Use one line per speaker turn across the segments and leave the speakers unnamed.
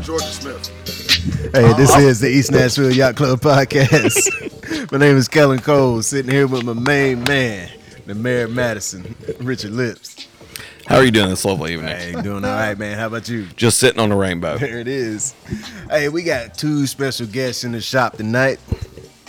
Georgia Smith.
Hey, this is the East Nashville Yacht Club podcast. my name is Kellen Cole, sitting here with my main man, the Mayor of Madison, Richard Lips.
How are you doing this lovely evening?
Hey, doing all right, man. How about you?
Just sitting on the rainbow.
There it is. Hey, we got two special guests in the shop tonight.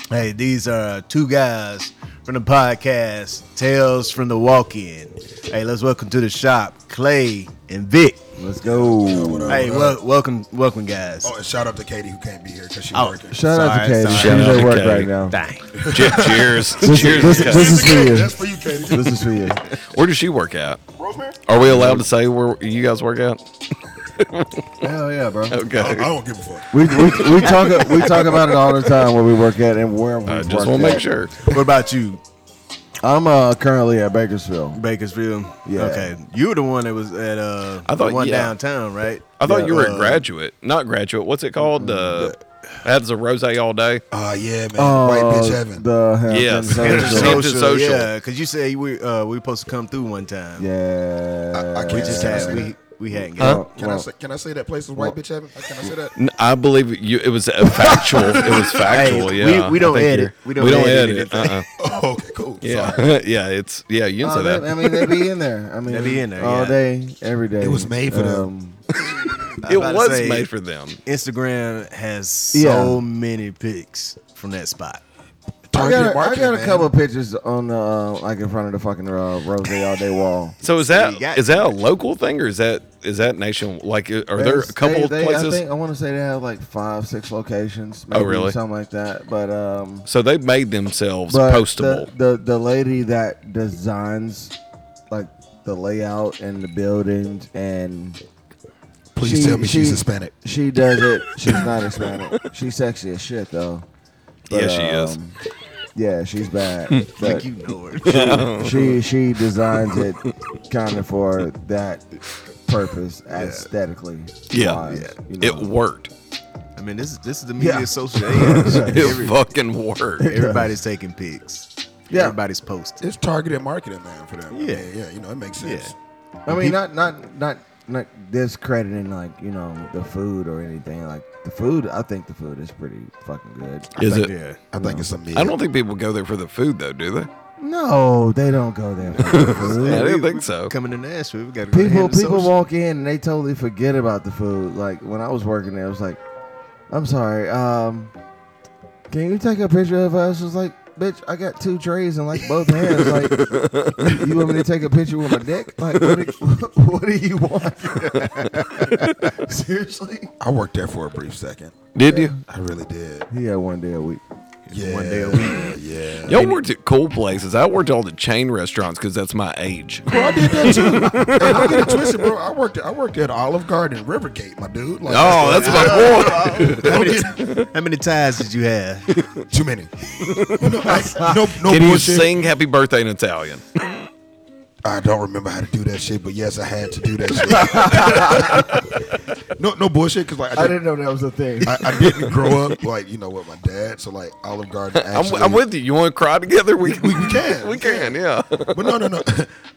Hey, these are two guys from the podcast Tales from the Walk In. Hey, let's welcome to the shop Clay and Vic.
Let's go.
Hey, wel- welcome, welcome, guys.
Oh, and shout out to Katie who can't be here because she's
Oh,
working.
Shout out to
Sorry,
Katie.
sorry.
She's
Shout out
at
to
work
Katie.
right now.
Dang.
Je- cheers.
This,
cheers.
this,
guys.
this is for you.
That's for you, Katie.
This is for you.
where does she work at?
Rosemary?
Are we allowed to say where you guys work at?
Hell yeah, bro.
I
Okay.
don't give a fuck.
We, we, we talk we talk about it all the time where we work at and where we
I
work.
Uh, just want to
at.
make sure.
What about you,
I'm uh, currently at Bakersfield.
Bakersfield?
Yeah.
Okay, you were the one that was at uh,
I
I
thought-
thought, one
yeah.
downtown, right?
I thought
Yeah,
you were
uh, Mm,
a graduate, not graduate. What's it called? Uh, that's a rose all day.
Ah, yeah, man.
Uh,
White bitch heaven.
The Hampton
Yes.
Social.
Hampton Social.
yeah, because you said we uh, we were supposed to come through one time.
Yeah.
I- I can't
we just
Can I
had
say
we
that?
we hadn't got.
Well,
Can I say can I say that place is white bitch heaven? Can I say that?
N- I believe you. It was a factual. it was factual.
Hey, we-
yeah.
we
I
don't
think
edit.
you're-
We don't edit
edit. it.
anything.
Uh-uh.
Oh, okay, cool.
Yeah.
Sorry.
yeah. It's yeah. You can
Oh,
say that.
they- I mean, they be in there. I mean,
They be in there,
all
yeah.
day, every day. Um,
It was made for them.
I
it
about to
was
say,
made for them.
Instagram has so
Yeah.
many pics from that spot.
I
Target
got, a, I
market,
got a
man.
couple of pictures on the uh, like in front of the fucking uh, Rose all day wall.
So is
you
that
got-
is that a local thing or is that is that nation like are there a
There's-
couple
they-
of
they- I,
places? Oh,
think, I want to say they have like five, six locations. Maybe,
really?
Something like that. But um,
so they made themselves
but
postable.
The, the the lady that designs like the layout and the buildings and
Please
She-
tell me
she-
she's Hispanic.
she does it. She's not Hispanic. She's sexy as shit though.
yeah, she is.
um, Yeah, she's bad. but
You know it.
she she designs it kind of for that purpose aesthetically.
Yeah.
wise, you
It
know.
worked.
I mean, this is this is the media
Yeah.
social. yeah,
It
every-
fucking worked.
everybody's taking pics.
Yeah.
everybody's posting.
It's targeted marketing, man, for them.
Yeah.
Yeah, yeah, you know, it makes
Yeah.
sense.
I mean, not not not not discrediting like you know the food or anything. Like the food, I think the food is pretty fucking good.
Is it?
Yeah.
I think it's something.
I don't think people go there for the food though, do they?
No, they don't go there. For the food.
I
We-
didn't
we
think so.
Coming to Nashville, we got to
people people walk in and they totally forget about the food. Like when I was working there, it was like, I'm sorry, um, can you take a picture of us? It was like, bitch, I got two trays and like both hands. Like, you want me to take a picture with my dick? Like, what do, what do you want? Seriously?
I worked there for a brief second.
Did you?
I really did.
He had one day a week.
Yeah.
One day a
Yeah.
Y'all worked at cool places. I worked at all the chain restaurants because that's my age.
Bro, I did that too. Hey, don't get it twisted, bro. I worked at I worked at Olive Garden, Rivergate, my dude. Like,
Oh, that's my boy.
How many, how many ties did you have?
too many. no, I, no, no
Can you
bullshit.
sing "Happy Birthday" in Italian?
I don't remember how to do that shit, but yes, I had to do that shit. no, no bullshit, because like I,
I
did,
didn't know that was a thing.
I, I didn't grow up like you know with my dad, so like Olive Garden.
I'm,
Actually,
I'm with you. You want to cry together? We
We, we can,
we can. Yeah.
But no, no, no.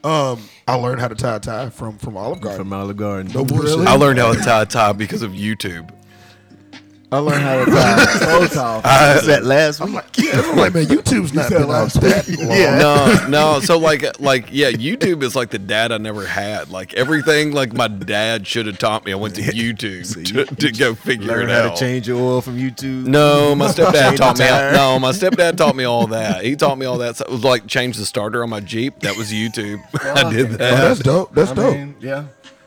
Um, I learned how to tie a tie from from Olive Garden.
From Olive Garden.
no bullshit.
I learned how to tie a tie because of YouTube.
I learned how to tie bow tie.
was that last week?
I'm like, yeah, I'm like, man, YouTube's not Oh,
said
been out
last
that long.
no, no. So like, like, yeah, YouTube is like the dad I never had. Like everything, like my dad should have taught me. I went to YouTube to, to go figure
Learn
it
how
out.
to change your oil from YouTube.
No, my stepdad
Change
taught me.
the tire.
No, my stepdad taught me all that. He taught me all that. So it was like change the starter on my Jeep. That was YouTube. I did
Oh, that's
that.
dope. That's
I
dope.
mean, yeah.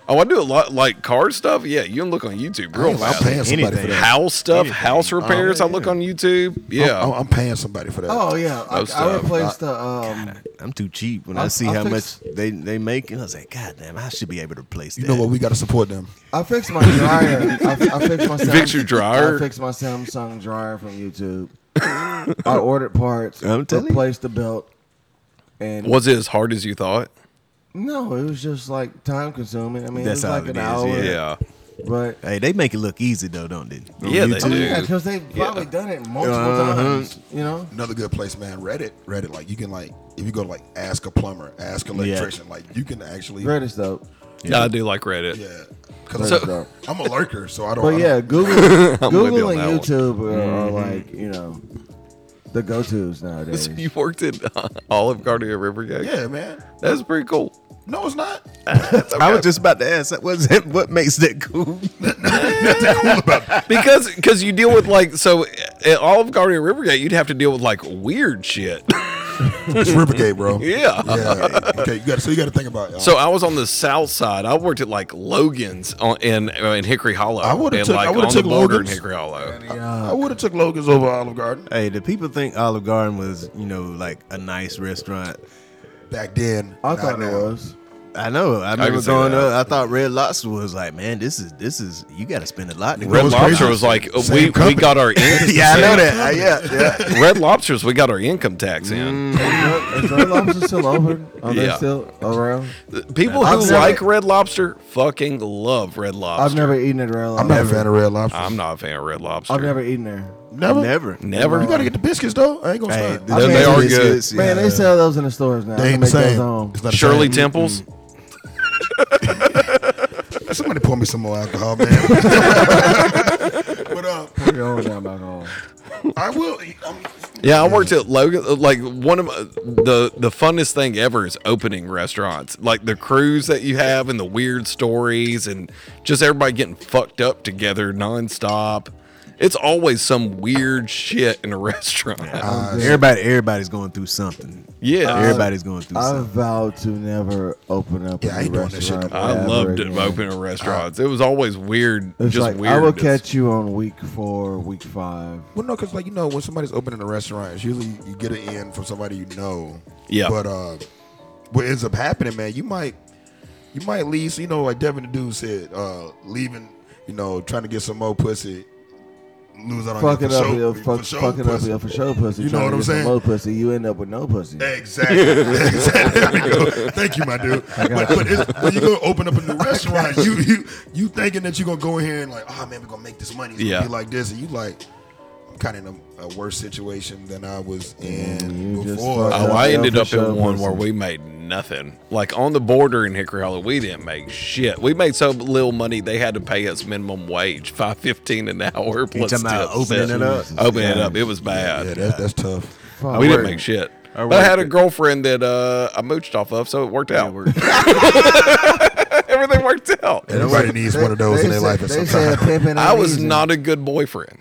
Oh, I do a lot like car stuff. Yeah, you can look on YouTube
I
real
ain't- I'm
fast.
paying somebody for
Oh, Anything. Oh,
that.
House stuff, house repairs. I look on YouTube. Yeah,
I'm, I'm paying somebody for that.
Oh yeah, I,
Most
I
of-
replaced the um.
I'm too cheap when
I'll-
I see
I'll
how
fix-
much they they make, and I was like, God damn, I should be able to replace
You
that.
know what? We got to support them.
I fixed my dryer. I, I fixed my Sam-
Fix your dryer?
I fixed my Samsung dryer from YouTube. I ordered parts.
I'm telling you.
replaced the belt.
oh.
And
was it as hard as you thought?
no, it was just like time consuming. I mean,
That's
it
how
was like
it
an
is,
hour.
Yeah.
But
Hey, they make it look easy though, don't they? On
Yeah, they
YouTube.
oh
do.
yeah, because they've probably
Yeah.
done it multiple
Uh-huh.
times. You know.
Another good place, man. Reddit. Reddit. Like you can like if you go to like ask a plumber, ask an electrician. Like you can actually.
Greatest though.
No, I do like Reddit.
Yeah. because
So-
I'm, I'm a lurker, so I don't.
But
I
yeah,
don't-
Google,
on
Google and
that one.
YouTube are, are
Mm-hmm.
like you know the go-to's nowadays.
So you worked at uh, Olive Garden at River Gate?
yeah, man.
That's pretty cool.
No, it's not.
I was just about to ask, what's that, what makes that cool?
because because you deal with like so uh, at Olive Garden and Rivergate, you'd have to deal with like weird shit.
It's Rivergate, bro.
Yeah.
Yeah. Okay. You got. So you got to think about. it, y'all.
So I was on the south side. I worked at like Logan's on, in uh, in Hickory Hollow.
I would've
and,
took- I
like
would've
on the
took
border
Logan's.
in Hickory Hollow.
I would have took Logan's over Olive Garden
hey, the people think Olive Garden was, you know, like a nice restaurant.
back then.
I
not
thought it
now.
was.
I know. I
can
remember
see
going
that.
up. I thought Red Lobster was like, man, this is this is you got to spend a lot to
Red
go.
was
Lobster
crazy?
was like uh,
Same
we, we
company.
got our in-
yeah, I know that. I- yeah, yeah.
Red Lobsters we got our income tax in.
Mm. Is Red Lobster still open? Are
Yeah.
they still around?
People
I've
who
never-
like Red Lobster fucking love Red Lobster.
I've never eaten at Red Lobster.
I'm not a fan of Red Lobster.
I'm not a fan of Red Lobster.
I've never eaten there.
never.
Never.
never.
You got to get the biscuits though. I ain't gonna
Hey,
stop.
the
they
cheese
are good.
biscuits,
Man,
yeah.
they sell those in the stores now.
They
I
ain't
can
the
make those
same.
home.
It's not the
Shirley
same.
Temples.
Somebody pour me some more alcohol, man. but uh,
Put your own damn alcohol.
I will. um, I'm,
Yeah, I worked at Logan. Like one of my- the the funnest thing ever is opening restaurants. Like the crews that you have and the weird stories and just everybody getting fucked up together nonstop. It's always some weird shit in a restaurant. Yeah,
Uh,
Everybody, everybody's going through something. everybody's going
Uh,
through
I
something.
vow to never open up
Yeah, I
a
ain't
new
doing that shit no
restaurant.
more.
I
ever
loved it
again.
opening restaurants. It was always weird,
It's
just
like
weird.
I will catch you on week four, week five.
Well, no, because like you know, when somebody's opening a restaurant, it's usually you get it in from somebody you know.
Yeah.
But uh, what ends up happening, man, you might you might leave. So, you know, like Devin the dude said, uh, leaving. You know, trying to get some more pussy, lose out on
Fuck
your
it
for
up,
show-
yo.
for
Fuck,
show
fucking up,
pussy.
yo. For show pussy.
You know
Tryna
what I'm
get some
saying?
Low pussy. You end up with no pussy.
Exactly. exactly. There we go. Thank you, my dude. But, but it's, when you go open up a new restaurant, you you you thinking that you're gonna go in here and like, oh man, we're gonna make this money. It's
Yeah.
gonna be like this, and you like, I'm kind of in a, a worse situation than I was
Mm,
in
you just
before.
fucked
Oh,
Yeah,
I
yeah,
ended
for
up
sure,
in one
pussy.
where we made nothing. Like on the border in Hickory Hollow, we didn't make shit. We made so little money they had to pay us minimum wage, five fifteen an hour plus
talking about
tips.
opening it up?
Opening it
Yeah.
up. It was
yeah,
bad.
that's that's tough.
Fuck.
we
I
didn't
worked-
make shit.
I
But I had a
worked it.
girlfriend that uh, I mooched off of, so it worked out. Everything worked out.
Everybody needs one of those in their
said-
life at
They
some
said
time.
pimping.
I
ain't
was
easy.
not a good boyfriend.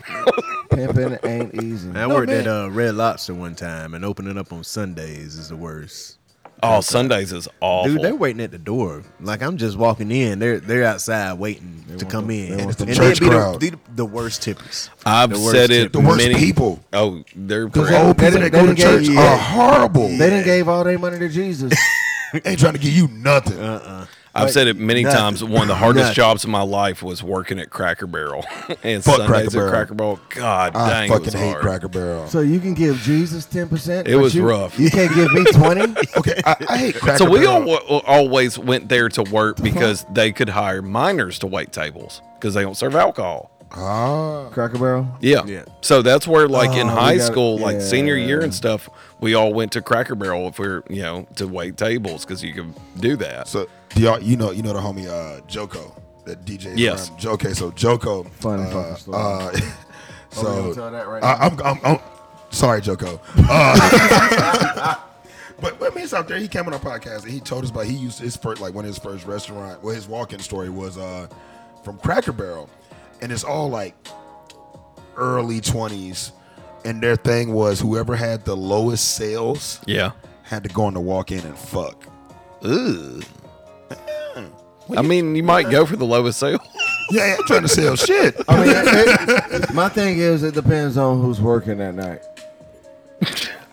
Pimping ain't easy.
I worked at uh, Red Lobster one time, and opening up on Sundays is the worst.
Oh, Sundays is awful.
Dude, they're waiting at the door. Like I'm just walking in. They're they're outside waiting to come in.
they
And,
want the
they'd
church
be
crowd.
The, the, the worst tippers.
I've
The worst
said it.
The worst
many-
people.
Oh, they're
Those
great.
old
They
people
didn't-
that go
they
to
didn't
church
get-
are horrible.
They didn't gave all their money to Jesus.
ain't trying to give you nothing.
Uh-uh. I've said it many
nothing.
times. One of the hardest
Nothing.
jobs in my life was working at Cracker Barrel and
Fuck
Sundays
Cracker
at
Barrel.
Cracker Barrel. God
I
dang, it
fucking
was
hate
hard.
Cracker Barrel.
so you can give Jesus ten percent.
It was
you,
rough.
You can't give me twenty.
Okay, I, I hate Cracker
So we
Barrel.
all, uh, always went there to work because they could hire minors to wait tables because they don't serve alcohol.
Ah.
Cracker Barrel.
Yeah.
Yeah.
So that's where, like in
Oh,
high
we got-
school, like senior year
yeah.
and stuff, we all went to Cracker Barrel if we are you know, to wait tables because you could do that.
So do y'all, you know, you know the homie uh, Joko, that DJ.
Yes.
From, okay, so Joko.
Fun
uh,
fucking story.
uh, so
we gonna Oh, tell that right
I, I'm, I'm, I'm sorry, Joko. Uh, but but I mean, it's out there. He came on our podcast and he told us about he used his first like one of his first restaurant. Well, his walk-in story was uh, from Cracker Barrel, and it's all like early twenties. And their thing was whoever had the lowest sales
yeah.
had to go on the walk in and fuck.
Ooh. I mean, you might go for the lowest sale.
Yeah, yeah, I'm trying to sell shit.
I mean, it- it- my thing is, it depends on who's working that night.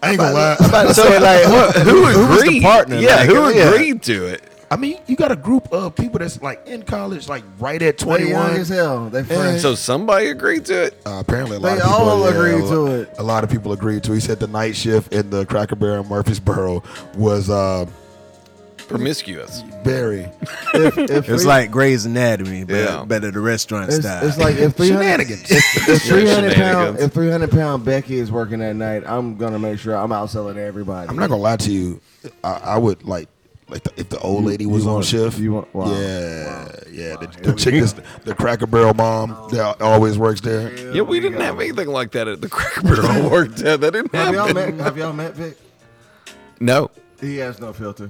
I ain't gonna lie.
so like
who
was the partner?
Yeah,
Like,
who
yeah.
agreed to it?
I mean, you got a group of people that's like in college, like right at
They young
21.
as hell. They fresh.
So somebody agreed to it.
Uh, apparently, a lot
They
of people
all
yeah,
agreed
a
to
lo-
it.
A lot of people agreed to. it. He said the night shift in the Cracker Barrel in Murfreesboro was uh,
Promiscuous.
very
if, if
It's
three-
like Grey's Anatomy, but
Yeah.
better the restaurant
it's,
style.
it's like if three hundred
shenanigans.
if three hundred pound
shenanigans.
if three hundred pound Becky is working that night, I'm gonna make sure I'm outselling everybody.
I'm not gonna lie to you. I, I would like Like the, if the old
You-
lady was
you
on
want-
shift,
you want- wow.
yeah, yeah. The, the chick, is, the Cracker Barrel mom that always works there.
Yeah, we didn't have anything like that at the Cracker Barrel worked at. That didn't
Have y'all
happen.
met? Have y'all met Vic?
No,
He has no filter.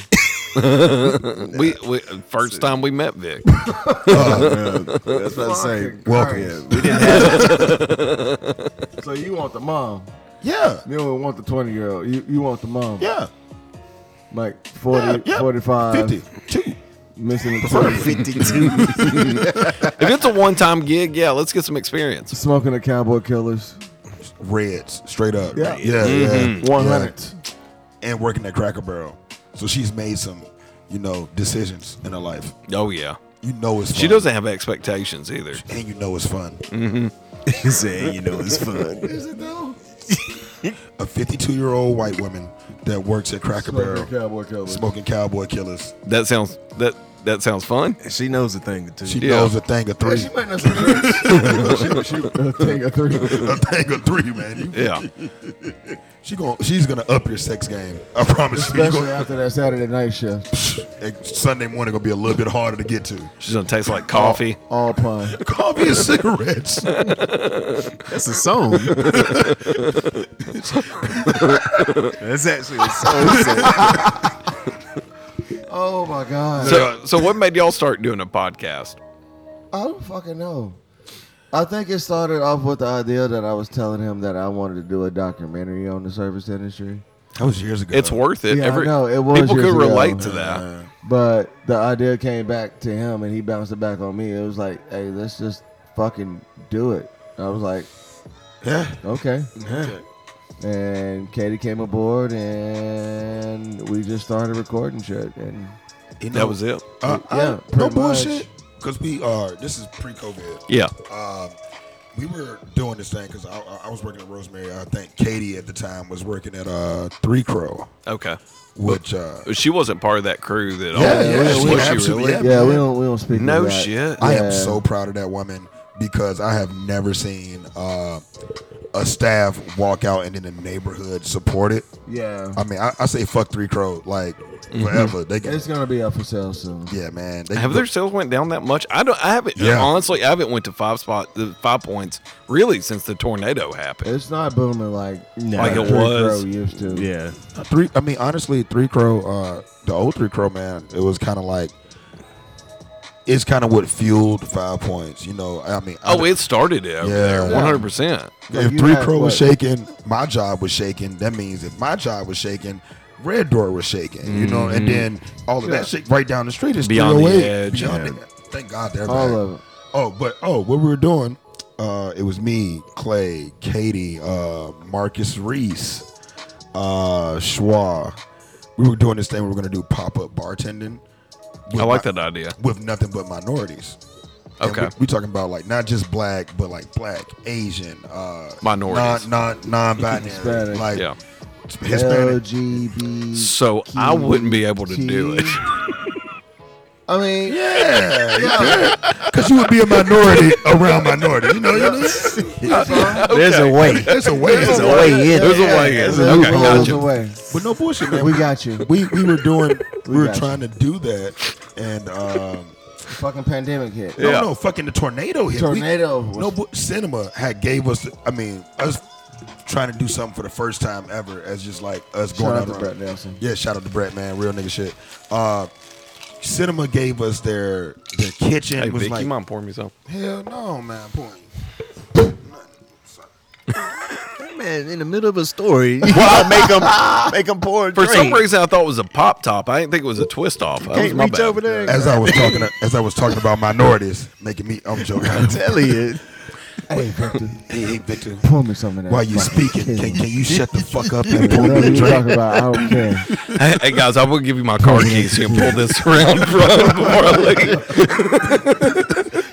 we, we first time we met Vic.
That's what I'm saying.
Welcome.
Yeah, we didn't.
so you want the mom?
Yeah,
You don't want the twenty year old. You you want the mom?
yeah,
Like
yeah, yeah.
40, 45,
50, two.
missing the 20,
52.
If it's a one time gig, yeah, let's get some experience.
smoking the cowboy killers,
Reds, straight up.
Yeah.
Yeah, yeah,
Mm-hmm.
yeah.
one hundred.
And working at Cracker Barrel, so she's made some, you know, decisions in her life.
Oh yeah,
You know it's fun.
she doesn't have expectations either.
and you know it's fun.
he said, you know, it's fun.
Is it though?
A 52 year old white woman that works at Cracker
Smoking
Barrel,
cowboy killers.
smoking Cowboy Killers.
That sounds that that sounds fun.
She knows a thing or two.
She
Yeah.
knows a thing of three.
She might not shoot. shoot a thing or three.
a thing of three, man. You-
Yeah,
She going she's gonna up your sex game. I promise you. you
Especially
gonna,
after that Saturday night shift.
and Sunday morning gonna be a little bit harder to get to.
she's gonna taste like coffee.
All pun.
Coffee and cigarettes.
That's a song. That's actually a song.
Oh my god.
So, so what made y'all start doing a podcast?
I don't fucking know. I think it started off with the idea that I was telling him that I wanted to do a documentary on the service industry.
That was years ago.
It's worth it.
Yeah, I know, it was
people
years
could
ago.
relate to that.
But the idea came back to him and he bounced it back on me. It was like, hey, let's just fucking do it. I was like,
Yeah.
okay. And Katie came aboard and we just started recording shit. And
You know,
that was it.
Uh, I-
Yeah,
no
pretty much.
bullshit. Because we are. This is pre-COVID. Um,
Yeah,
we were doing this thing because I, I I was working at Rosemary. I think Katie at the time was working at uh Three Crow,
okay.
which uh,
She wasn't part of that crew that. all-
Yeah, yeah,
was
she
she
absolutely-
really?
yeah.
yeah, we don't we don't speak. of
No
that.
shit.
I
Yeah.
am so proud of that woman because I have never seen uh, a staff walk out and in the neighborhood support it.
Yeah.
I mean, I, I say fuck Three Crow like forever. They can,
Mm-hmm. It's gonna be up for sale soon.
yeah, man. They
Have
can-
their sales went down that much? I don't. I haven't.
Yeah.
Honestly, I haven't went to five spot, the five points really since the tornado happened.
It's not booming like
No.
like
Like
it
Three
was.
Crow used to.
Yeah.
three i mean honestly three crow uh the old three crow man it was kind of like it's kind of what fueled five points you know i mean I-
oh, it started it. Over
Yeah.
there, one hundred percent.
if
You
three
had
crow was
what?
shaking my job was shaking that means if my job was shaking red door was shaking you know and then all of that shit right down the street is
Beyond Mm-hmm. the
308,
Edge,
beyond
yeah.
the- thank god they're
All
back.
of it.
Oh, but oh, what we were doing, uh, it was me, Clay, Katie, uh, Marcus Reese, uh, Schwa. We were doing this thing. We were gonna do pop up bartending. with
I like
mi-
that idea.
with nothing but minorities. And
Okay.
we, we talking about like not just black, but like black, Asian, uh,
Minorities.
non non non-binary,
Hispanic.
like
Yeah.
Hispanic.
LGBT.
So I wouldn't be able to do it.
I mean,
Yeah, yeah, because you would be a minority around minorities. You know, you know what I mean?
There's a way.
There's a way.
There's a way in.
There's a way. in.
there's a
Okay,
loophole
gotcha.
away.
But no bullshit, man.
We got you.
We we were doing we,
We
were
got you.
trying to do that, and um,
The fucking pandemic hit.
no,
Yeah.
no, fucking the tornado hit. We-
Tornado was-
no, but cinema had gave us. I mean, us trying to do something for the first time ever as just like us going
out
out
to
on-
Brett Nelson.
Yeah, shout out to Brett, man, real nigga shit. Uh, cinema gave us their their kitchen.
Hey,
was
Vic,
like,
you mind pouring me some?
hell no, man, point.
Man, in the middle of a story, well, make them make them pour a
For some
drink.
reason, I thought it was a pop top. I didn't think it was a twist off. That was
can't
my
reach
bad.
over there.
As I was talking, as I was talking about minorities, making me, I'm joking.
Tell you,
Hey, Victor,
hey, hey, Victor.
pour me some of that.
While you
fucking
speaking,
kid.
can, can you shut the fuck up and pour me
Whatever
a
you
drink?
talking about, I don't care.
Hey, hey, guys, I will give you my car keys. You can pull this around bro, before I leave.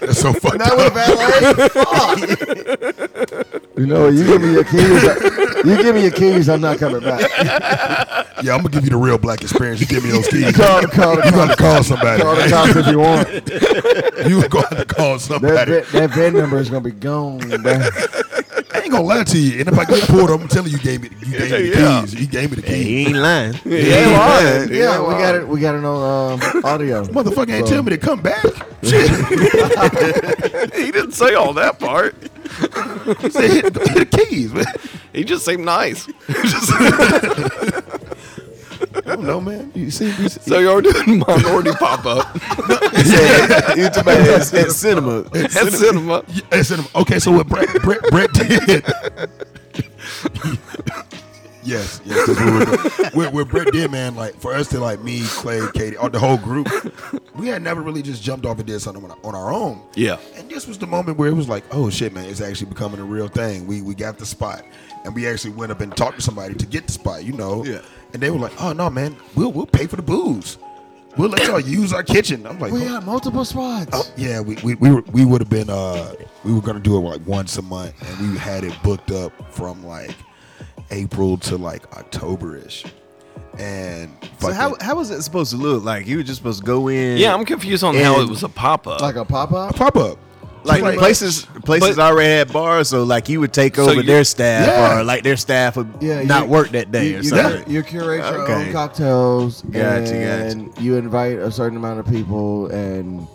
That's so fucked
that
up.
would have
You know, you give me your keys. I- You give me your keys. I'm not coming back.
Yeah, I'm gonna give you the real black experience. You give me those keys.
Call, call,
you
the
gotta call
call the
somebody.
cops if you want.
You gotta call
That,
somebody.
that, that VIN number is gonna be gone. bruh.
I ain't gonna lie to you. And if I get pulled, I'm telling you, you gave me, you gave me the
Yeah.
keys. You gave me the keys.
He ain't lying.
Yeah,
lying.
yeah, we got it. We got it on um, audio.
Motherfucker ain't tell me to come back.
he didn't say all that part.
He said, hit, the- hit the keys. Man.
He just seemed nice.
I don't know, man. You see, you see
so y'all doing minority pop up
You talking about it's, it's cinema.
at cinema.
I said, okay, so what Brett, Brett, Brett did. yes, yes, that's what we're doing. What- what Brett did, man, like for us to like me, Clay, Katie, all, the whole group, we had never really just jumped off and did something on, on our own.
Yeah.
And this was the moment where it was like, oh shit, man, it's actually becoming a real thing. We we got the spot, and we actually went up and talked to somebody to get the spot, you know.
Yeah.
And they were like, oh no, man, we'll we'll pay for the booze. We'll let y'all use our kitchen. I'm like,
We
"Oh,
got multiple spots.
Oh, yeah, we we we, were- we would have been uh we were gonna do it like once a month, and we had it booked up from like April to like October ish, and
So how,
fucking-
how was it supposed to look? Like you were just supposed to go in.
Yeah, I'm confused on how it
And-
was a pop up.
Like a pop
a
up.
pop up
like
Like-
places places
but-
already had bars, so like you would take
So
over
you-
their staff
Yeah.
or like their staff would
Yeah,
not
you-
work that day
You,
or
you,
something.
you curate your
Okay.
own cocktails,
Gotcha, gotcha.
and you invite a certain amount of people, and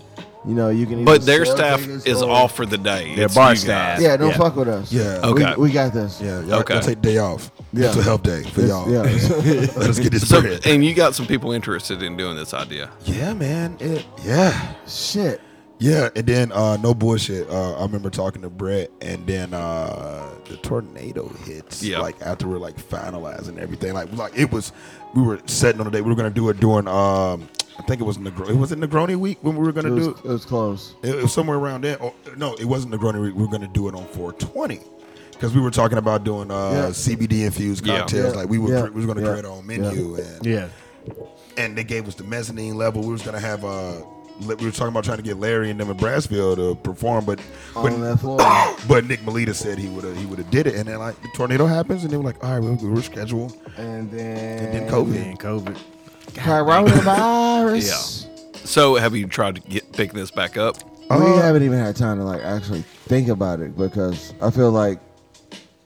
you know you can. Either
but their
sell
staff
tickets
is
or-
off for the day.
Their
It's
bar
you
staff.
guys.
Yeah, don't
Yeah.
fuck with us.
Yeah.
Okay.
we, we got this.
yeah y'all,
Okay.
y'all take the day off
Yeah.
mental health day for y'all
yeah.
let us get this
So,
bread.
and you got some people interested in doing this idea.
yeah man it, yeah
Shit.
yeah and then uh no bullshit uh I remember talking to Brett and then uh the tornado hits
Yeah.
like after we're like finalizing everything like like it was we were setting on the day we were gonna do it during um I think it was Negro it was it Negroni week when we were
It
gonna
was,
do it.
it was close.
It, it was somewhere around there. Oh, no, it wasn't the Negroni. We were going to do it on 420 because we were talking about doing uh,
Yeah.
CBD infused
Yeah.
cocktails.
Yeah.
Like we were,
Yeah.
cre- we was going to
Yeah.
create our own menu, and
Yeah.
and they gave us the mezzanine level. We was going to have uh, li- we were talking about trying to get Larry and them in Brassville to perform, but
On
but,
that floor.
but Nick Melita said he would have he would have did it, and then like the tornado happens, and they were like, all right, we'll, we'll reschedule.
And then,
And then COVID.
And COVID.
Coronavirus.
So have you tried to get picking this back up?
we
Uh,
haven't even had time to like actually think about it because I feel like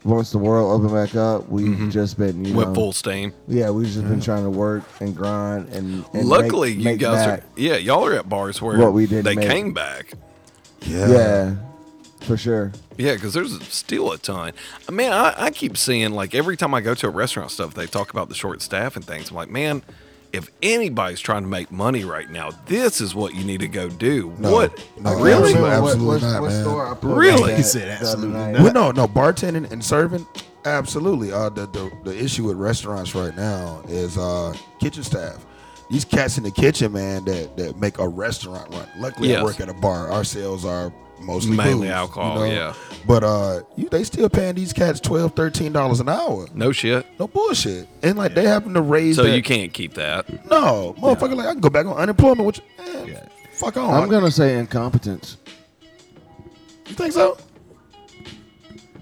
once the world opened back up, we've just been you
Went
know,
full steam.
Mm-hmm. yeah, we've just been trying to work and grind and, and make-
Luckily, you
make
guys
back.
are yeah, y'all are at bars where
What we didn't
they
make.
came back.
Yeah.
yeah, for sure.
Yeah, because there's still a ton. Uh, Man, I, I keep seeing like every time I go to a restaurant stuff, they talk about the short staff and things. I'm like, man, if anybody's trying to make money right now, this is what you need to go do.
No.
what?
No,
really?
absolutely.
What-
Absolutely
what,
not,
what
man.
store I put
Really?
that
He
at
said
the other
absolutely
night.
not.
Well, no, no, bartending and serving, absolutely. Uh, the, the the issue with restaurants right now is uh, kitchen staff. These cats in the kitchen, man, that that make a restaurant run. Luckily,
Yes.
I work at a bar. Our sales are mostly
Mainly
booze,
alcohol, yeah.
But uh, you, they still paying these cats 12 dollars an hour.
No shit.
No bullshit. And like they happen to raise.
So
that-
you can't keep that.
No, motherfucker. Like I can go back on unemployment. Which, eh,
Yeah.
fuck on.
I'm gonna say incompetence.
You think so?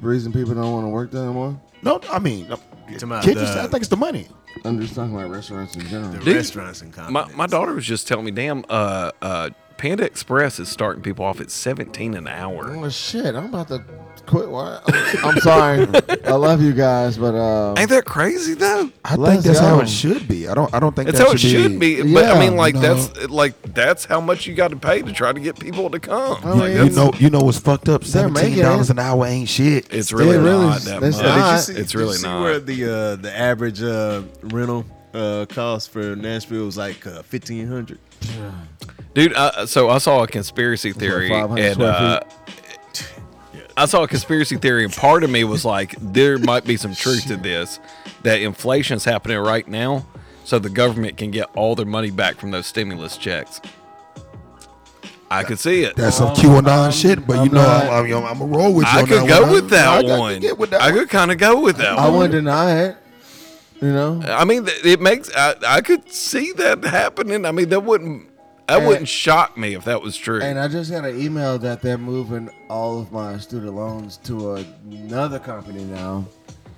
Reason people don't want to work there anymore.
No, I mean, no.
talking about
kitchen
the-
staff. I think it's the money.
I'm just talking about restaurants in general.
The
Dude,
restaurants and
My,
confidence.
my daughter was just telling me, damn, uh, uh, Panda Express is starting people off at 17 an hour.
Oh shit! I'm about to quit. Why? I'm sorry. I love you guys, but uh,
Ain't that crazy though?
I think
Let's
that's how
go.
it should be. I don't. I don't think
That's
that
how it should be. But I
Yeah,
mean, like
no.
that's like that's how much you got to pay to try to get people to come.
I
Like,
mean,
You
that's-
know, you know what's fucked up.
They're
Seventeen
making
dollars
it.
an hour ain't shit.
it's really,
really-
not that much.
that's
Yeah,
not-
did you see,
it's
did you
really
see
not.
where the uh, the average uh, rental uh, cost for Nashville was like uh, fifteen hundred.
Dude, I, so I saw a conspiracy theory,
500
and
square
uh, I saw a conspiracy theory, and part of me was like, there might be some truth to this that inflation's happening right now, so the government can get all their money back from those stimulus checks. I could see it.
That's some QAnon
I'm-
shit, but you
I'm
know,
not-
I'm, I'm, I'm, gonna roll with you.
I
on
could
that
go
one.
with
I
that
could
one.
get with that
I
one.
could kind of go with that
I
one.
wouldn't deny it. You know,
I mean, th- it makes I, I could see that happening. I mean, that wouldn't that
And-
wouldn't shock me if that was true.
and I just got an email that they're moving all of my student loans to another company now.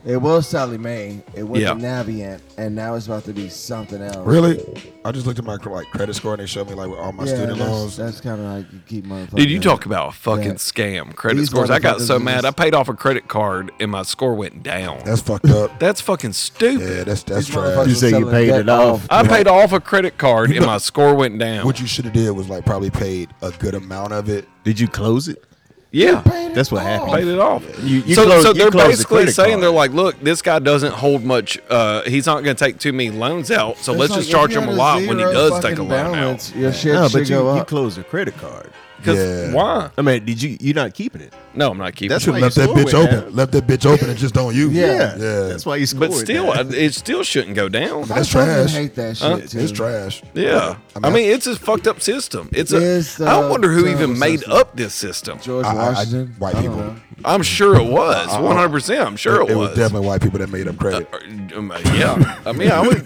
It was Sally Mae. It was
Yeah.
Navient, and now it's about to be something else.
Really? I just looked at my cr- like credit score and they showed me like all my
Yeah,
student
that's,
loans.
That's kind of like you keep motherfucking.
Dude, you talk about a fucking
Yeah.
scam. Credit
These
scores. I got so
motherfuckers
mad. I
just-
paid off a credit card and my score went down.
That's
That's,
fucked up.
fucking stupid.
yeah, that's that's
These motherfuckers
You
trash.
say you
selling
paid
debt
it off.
I paid off a credit card and my score went down.
What you should have did was like probably paid a good amount of it.
Did you close it?
yeah.
That's what happened.
Paid it off.
You- you
so,
close-
so
you
they're
close the
basically
credit
saying
card.
they're like, look, this guy doesn't hold much. Uh, he's not going to take too many loans out. So
It's
let's
like
just
if
charge
you
him a
had
lot when he
zero
does take a
fucking
loan out.
balance, Your shit
no,
should
but you,
go
you
up.
closed a credit card.
Because
Yeah.
why?
I mean, did you? You're not keeping it.
No, I'm not keeping.
That's
it.
Should
why
have left
your
that bitch
score went
open.
down.
Left that bitch open and just don't use. it.
Yeah.
yeah.
That's why you scored.
But still,
that.
I- it still shouldn't go down.
That's
I fucking
trash.
hate that shit
Huh?
too.
It's trash.
Yeah,
I
I
mean,
mean, it's a fucked up system. It's a.
It's,
I
uh,
wonder who
terrible
even made
system.
up this system.
George
I- I- I-
Washington.
white
I don't
people.
know.
I'm sure it was 100. percent I'm sure it,
It was
was.
definitely white people that made up credit.
Um, yeah, I mean, I would,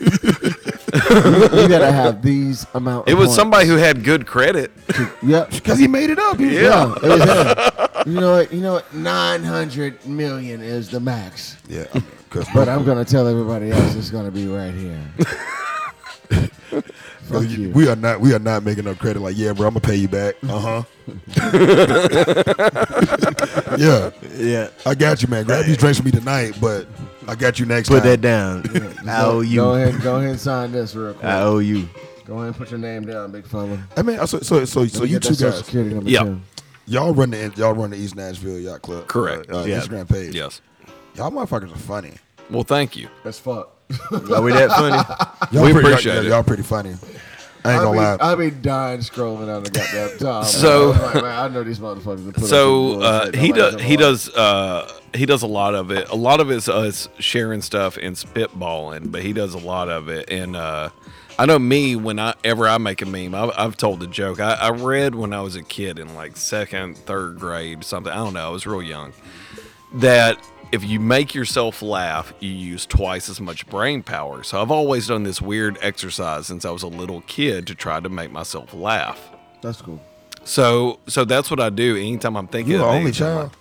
you gotta have these amount.
it
of
was
points.
somebody who had good credit.
Yep.
Because he made it up. He was
Yeah.
No, it was him. You know what? You know what? Nine hundred million is the max.
Yeah, I mean, 'cause
But I'm gonna tell everybody else it's gonna be right here. Fuck
we-
you.
we are not we are not making up credit. Like, yeah, bro, I'm gonna pay you back. Uh huh. yeah,
yeah.
I got you, man. Grab these drinks for me tonight, but I got you next
Put
time.
that down. I
Go-
owe you.
Go ahead. Go ahead and sign this real quick.
I owe you.
Go ahead and put your name down, big fella.
I mean, so so so, so
Let me
you
get
two
that Social
guys,
Security number
Yeah.
too.
y'all run the y'all run the East Nashville Yacht Club,
Correct.
Uh, uh,
Yeah.
Instagram page.
Yes.
Y'all motherfuckers are funny.
Well, thank you.
That's fuck.
Are we that funny?
Y'all
We
pretty,
appreciate
y'all,
it.
Y'all pretty funny. I ain't
I
gonna
be,
lie.
I be dying scrolling on the goddamn top.
So-
I, was like, man, I know these motherfuckers. are putting up some
so uh,
bullshit.
he
Nobody's
does
gonna
he
lie.
does uh, he does a lot of it a lot of it's us sharing stuff and spitballing but he does a lot of it and uh, i know me when i ever i make a meme i've, I've told the joke I, I read when i was a kid in like second third grade something i don't know i was real young that if you make yourself laugh, you use twice as much brain power. So I've always done this weird exercise since I was a little kid to try to make myself laugh.
That's cool.
So so that's what I do anytime I'm thinking
You
of
the only
anytime
child?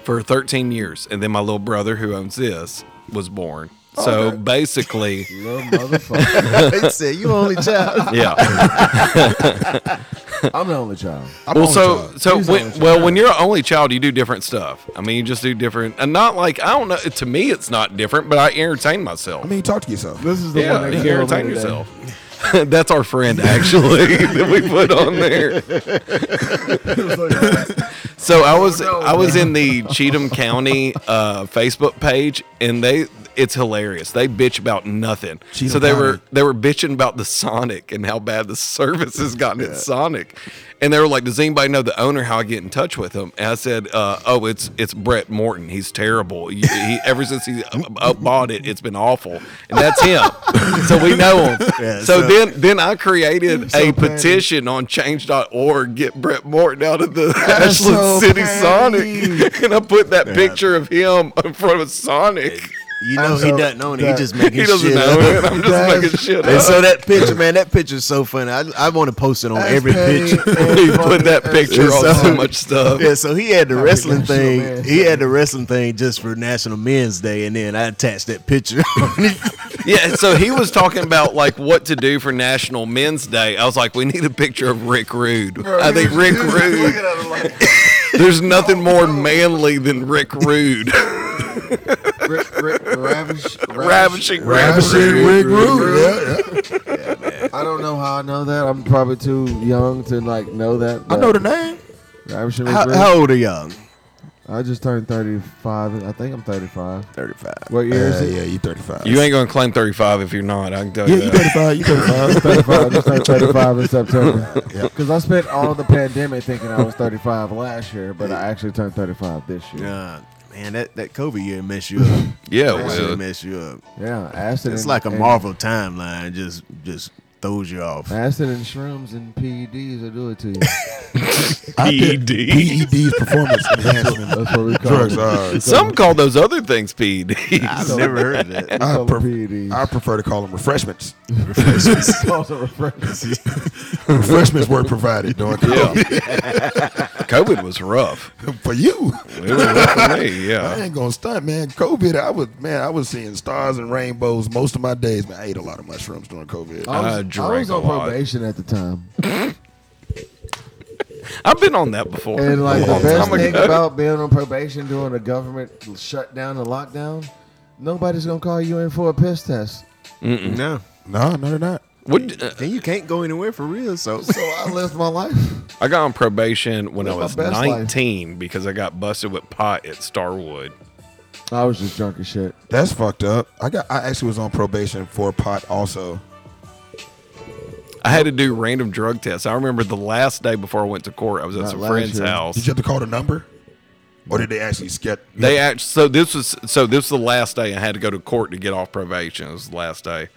I- for 13 years and then my little brother who owns this was born.
Oh,
So basically
Little motherfucker.
they said you only child.
yeah.
I'm the only child.
I'm
well
only
so
child.
so
He's
when,
only
well when you're an only child you do different stuff. I mean you just do different and not like I don't know to me it's not different but I entertain myself.
I mean, talk to yourself.
This is the
yeah,
one that
you
killed me
entertain
today.
yourself. That's our friend actually that we put on there.
It was like,
So I was
no.
I was in the Cheatham County uh, Facebook page, and they it's hilarious. They bitch about nothing. so
Cheatham
they
County.
were they were bitching about the Sonic and how bad the service has gotten at Sonic, and they were like, "Does anybody know the owner? How I get in touch with him?" And I said, uh, "Oh, it's it's Brett Morton. He's terrible. He, he ever since he up- up- bought it, it's been awful, and that's him. so we know him.
Yeah,
so,
so-
then then I created
so
a
petty.
petition on Change.org get Brett Morton out of the
That's
Ashland
so
City
petty.
Sonic, and I put that picture of him in front of Sonic.
You know he
so-
doesn't own it. He
that-
just making
He doesn't
shit
know
up.
it. I'm just making shit
And
up.
so that picture, man, that picture's so funny. I, I want to post it on
That's
every
petty
picture.
and
He
funny
put that
as
picture
It's
on
so-
so much stuff.
Yeah, so he had the wrestling
got you,
thing.
man.
He had the wrestling thing just for National Men's Day, and then I attached that picture.
Yeah, so he was talking about like what to do for National Men's Day. I was like, we need a picture of Rick Rude. I think Rick
Look
Rude.
at him like,
There's nothing more manly than Rick Rude.
Rick, Rick, ravish, ravish.
Ravishing Rick
Ravishing Rick
Rude.
Rude. Yeah, yeah.
I don't know how I know that. I'm probably too young to like know that.
I know the name.
Ravish and
how,
Rick
how old are y'all?
Rude. I just turned 35. I think I'm 35.
35.
What year is
Yeah,
it?
Uh, yeah, you 35.
You ain't gonna claim 35 if you're not. I can tell
yeah,
you
you
that.
35. You 35.
35. I just turned 35 in September. Because I spent all the pandemic thinking I was 35 last year, but I actually turned 35 this year.
Uh, man, that, that COVID year messed you up.
Yeah,
That
Oh, well,
shit messed you up.
Yeah, acid.
It's
and-
like a
and-
Marvel timeline, just just throws you off.
Acid and shrooms and PEDs will do it to you.
E
PED.
PEDs performance enhancement
That's what we call
drugs.
it.
Uh,
Some call those other things E PEDs.
I've never heard of that.
We call
I,
it E
pref-
PEDs.
I prefer to call them refreshments.
We call it refreshments.
refreshments were provided during
Yeah.
COVID
COVID was rough.
for you.
It was rough for
I
me, yeah.
ain't gonna stunt, man. COVID, I was man, I was seeing stars and rainbows most of my days. Man, I ate a lot of mushrooms during COVID.
I was,
I
I
drank
was
a
on
lot.
probation at the time.
I've been on that before.
And like
a
the
long
best
time
thing
ago.
about being on probation during a government shutdown and lockdown, nobody's gonna call you in for a piss test.
No.
no, no, they're not.
What- uh,
Then you can't go anywhere for real. So
So I lived my life.
I got on probation when I
Live my
was
best life.
19 because I got busted with pot at Starwood.
I was just drunk as shit.
That's fucked up. I got I actually was on probation for pot also.
I had to do random drug tests. I remember the last day before I went to court, I was at
Not
some
last
friend's
year.
house.
Did you have to call the number? Or did they actually skip
They act so this was so this was the last day I had to go to court to get off probation. It was the last day.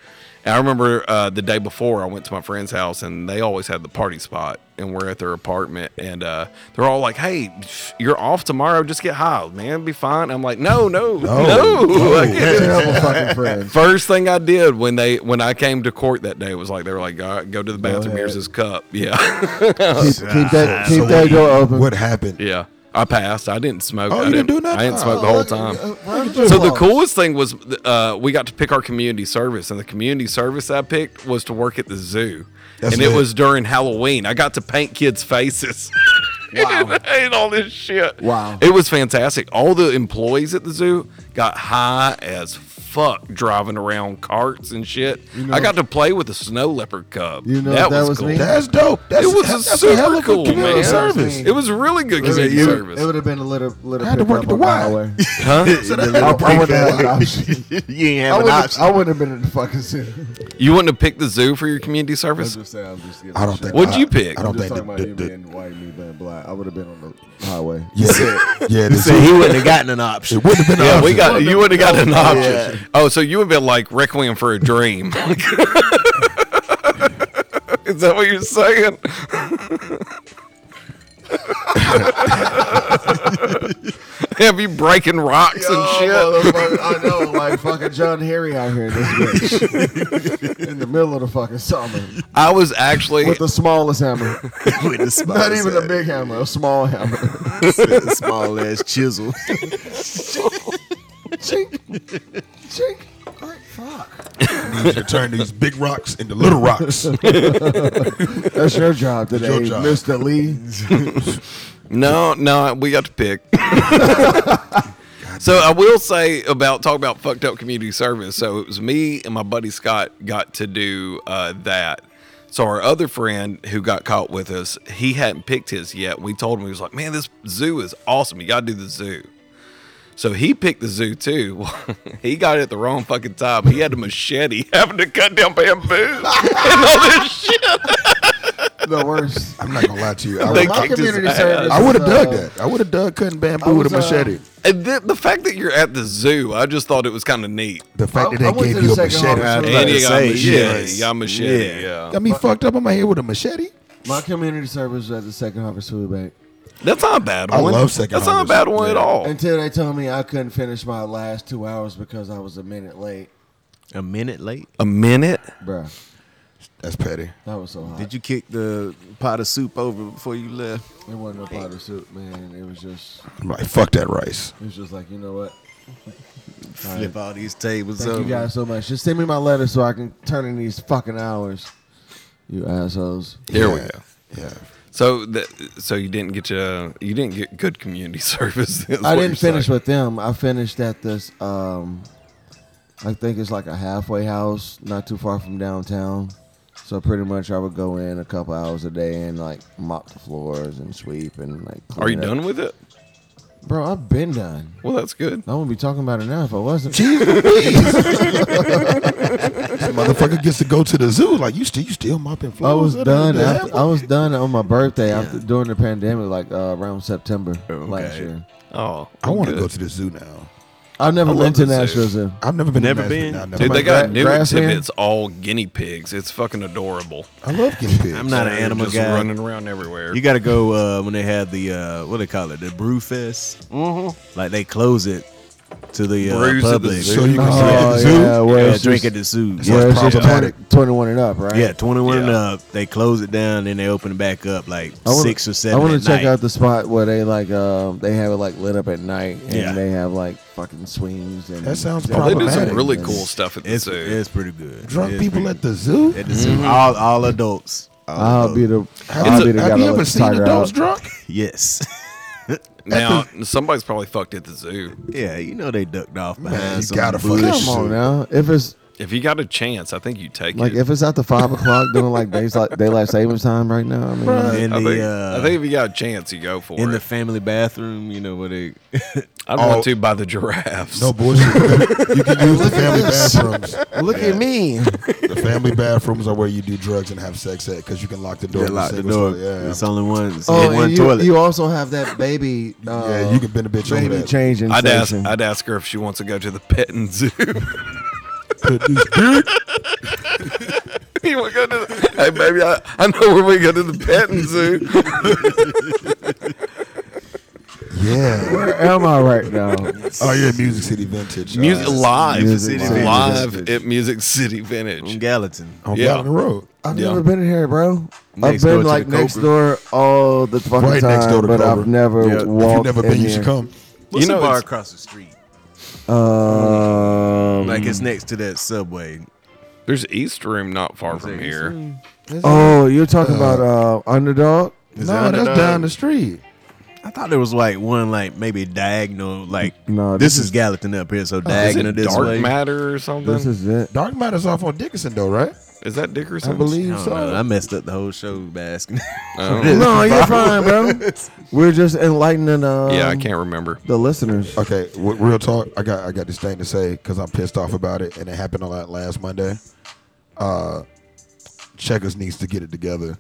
And I remember uh, the day before I went to my friend's house and they always had the party spot and we're at their apartment and uh, they're all like, "Hey, pff, you're off tomorrow. Just get high, man. Be fine." I'm like, "No, no,
Oh,
no." I can't do
Terrible fucking friend.
First thing I did when they when I came to court that day was like they were like, "All right, "Go to the bathroom.
ahead.
Here's his cup." Yeah,
Keep, keep that, keep
So
that
what-
door open.
what happened?
yeah. I passed. I didn't smoke.
Oh,
I
you didn't do nothing?
I didn't smoke the
Oh,
whole
look at
uh,
time.
you.
So the coolest thing was uh, we got to pick our community service, and the community service I picked was to work at the zoo,
That's
and
lit.
it was during Halloween. I got to paint kids' faces. Wow. and all this shit.
Wow.
It was fantastic. All the employees at the zoo got high as fuck driving around carts and shit. I got to play with a snow leopard cub.
You know
that,
that
was,
was
cool.
me?
That's dope. That's,
It was
that's
a
a hell
super
of a
cool
community
man.
service.
It was a really good
It
community
you-
service.
It would have been a little little.
I had to work
pickup
at the
on
Y.
highway.
huh?
So that-
I, I wouldn't have had an option.
you ain't
I
have an
wouldn't-
option.
I wouldn't have been in the fucking city.
You wouldn't have picked the zoo for your community service?
I don't think.
What'd
I-
you pick?
I
I'm
don't
just
think.
talking
Oh, The,
about
the,
you
the,
being white, me being black. I would have been on the highway.
yeah, yeah.
You
the-
said he wouldn't have gotten an option.
It wouldn't have been. an
Yeah, we
option.
got you would have got an option.
Yeah.
Oh, so you would have been like Requiem for a Dream. Is that what you're saying? Have you breaking rocks and shit?
Oh, I know, like fucking John Harry out here in this bitch. in the middle of the fucking summer.
I was actually
With the smallest hammer.
with the small
Not even a big hammer, a small hammer.
small ass chisel.
Chink. Chink. Great fuck.
to turn these big rocks into little rocks.
That's your job today,
your job.
Mr. Lee.
No, no, we got to pick. so I will say about talk about fucked up community service. So it was me and my buddy Scott got to do uh, that. So our other friend who got caught with us, he hadn't picked his yet. We told him he was like, "Man, this zoo is awesome. You got to do the zoo." So he picked the zoo too. Well, he got it at the wrong fucking time. He had a machete having to cut down bamboo and all this shit.
The worst.
I'm not gonna lie to you. I,
They
would-
My
kicked his
community
ass.
service.
I would have
is,
dug
uh,
that. I would have dug cutting bamboo
I
with a
was, uh,
machete.
And the, the fact that you're at the zoo, I just thought it was kind of neat.
The fact
I-
that
I
they
went to
gave
the
you a
second
machete
officer.
I'm
And
about
he
to
got
say,
machete.
yes.
He got machete.
Yeah.
Yeah.
got me fucked up on my head with a machete.
My community service was at the second Harvest Food Bank.
that's not a bad
I
one.
love second
That's not a
harvest.
bad one at
Yeah.
all.
Until they told me I couldn't finish my last two hours because I was a minute late.
A minute late.
a minute.
Bruh,
That's petty.
that was so hot.
Did you kick the pot of soup over before you left?
It wasn't no powder soup, man. It was just,
I'm like, fuck that rice.
it was just like, you know what?
Flip all these tables
Thank
over.
you guys so much. Just send me my letter so I can turn in these fucking hours. You assholes.
There we
Yeah.
go.
Yeah.
So that so you didn't get your you didn't get good community service. is what
I didn't
you're
finish
saying.
with them. I finished at this. Um, I think it's like a halfway house, not too far from downtown. So pretty much, I would go in a couple hours a day and like mop the floors and sweep and like. Clean
Are you
up.
done with it?
bro? I've been done.
Well, that's good.
I wouldn't be talking about it now if I wasn't.
That motherfucker gets to go to the zoo. Like you still you still mopping
I
floors.
was
What
done.
the hell?
After, I was done on my birthday after during the pandemic, like uh, around September
Okay.
last year.
Oh,
I want to
good.
go to the zoo now.
I've never
love
been to
the zoo.
Nashville Zoo.
I've never been.
Never
to Nashville.
been?
No, I've never
Dude,
been.
they got
gra-
new
grass man?
exhibits, all guinea pigs. It's fucking adorable.
I love guinea pigs.
I'm not an
They're
animal
just
guy.
running around everywhere.
You gotta go uh, when they have the uh, what do they call it, the brew fest. Mm-hmm. Like they close it to the uh,
Brews at the
public.
So you can see
Oh,
at the zoo.
yeah, where
yeah,
it's
drink
just-
at the zoo.
where
Yeah,
Where it's just
problematic.
20 21 and up, right?
yeah, 21 and
Yeah.
up. They close it down, then they open it back up like
I wanna,
six or seven.
I
want to
check out the spot where they like um they have it like lit up at night and
Yeah.
they have like fucking swings and
That sounds
Well,
They do some
problematic.
really
and-
cool stuff at the
It's
zoo.
it's pretty good.
Drunk
It's
people
pretty
at the zoo.
good. At the zoo. All all adults. All
I'll
adults.
be the
Have
I'll
you,
be the
have
guy
you
to let
ever
the
seen
tiger
adults
out.
drunk?
yes.
now somebody's probably fucked at the zoo.
yeah, you know they ducked off behind
Man, you
some
gotta fuck-
bush.
Come on now, if it's
If you got a chance, I think you take
like
it.
if it's after five o'clock doing like daylight daylight savings time right now, I mean,
In
I,
the
think,
uh,
I think if you got a chance, you go for
in
it.
the family bathroom, you know where they
I'd
Oh.
want to by the giraffes.
No bullshit. you can use the family bathrooms.
look at me.
The family bathrooms are where you do drugs and have sex at because you can lock the door.
they
and
lock the
say what's
door.
up. Yeah.
It's only one. It's
Oh,
only one
and you,
toilet.
you also have that baby. Uh,
yeah, you can bend a bitch over
baby
that.
changing
I'd ask,
station.
I'd ask her if she wants to go to the petting zoo. you want to go to the, hey, baby, I, I know where we go to the petting zoo.
Yeah.
Where am I right now?
oh yeah, Music City Vintage.
Music
uh,
live,
Music
It's
City
live
Vintage.
at Music City Vintage.
on Gallatin.
on
Yeah.
Gladden Road.
I've
Yeah.
never been here, bro.
Next
I've
door
been
to
like
the
next
Cobra.
door all the fucking
Right
time,
next door to
but
Cobra.
I've never
Yeah. If you've
If
walked.
you've never been,
in
you should
here.
come.
What's
You know,
the bar
it's-
across the street?
Um,
Like
Mm-hmm.
it's next to that subway.
There's East Room not far from here.
oh, you're talking about uh, underdog.
Is
no,
that
that's
Underdog?
down the street.
I thought there was like one like maybe diagonal like
No,
this, is Gallatin up here, so
Oh, Is
diagonal
it
this
Dark
way.
Matter or something?
This is it.
Dark Matter's off on Dickinson though, right?
is that
I
Dickerson?
I,
believe
don't
so.
know. I messed up the whole show basking.
Oh.
No, you're fine, bro. We're just enlightening. Um,
yeah, I can't remember.
The listeners.
Okay, w- real talk. I got I got this thing to say because I'm pissed off about it, and it happened a lot last Monday. Uh, Checkers needs to get it together.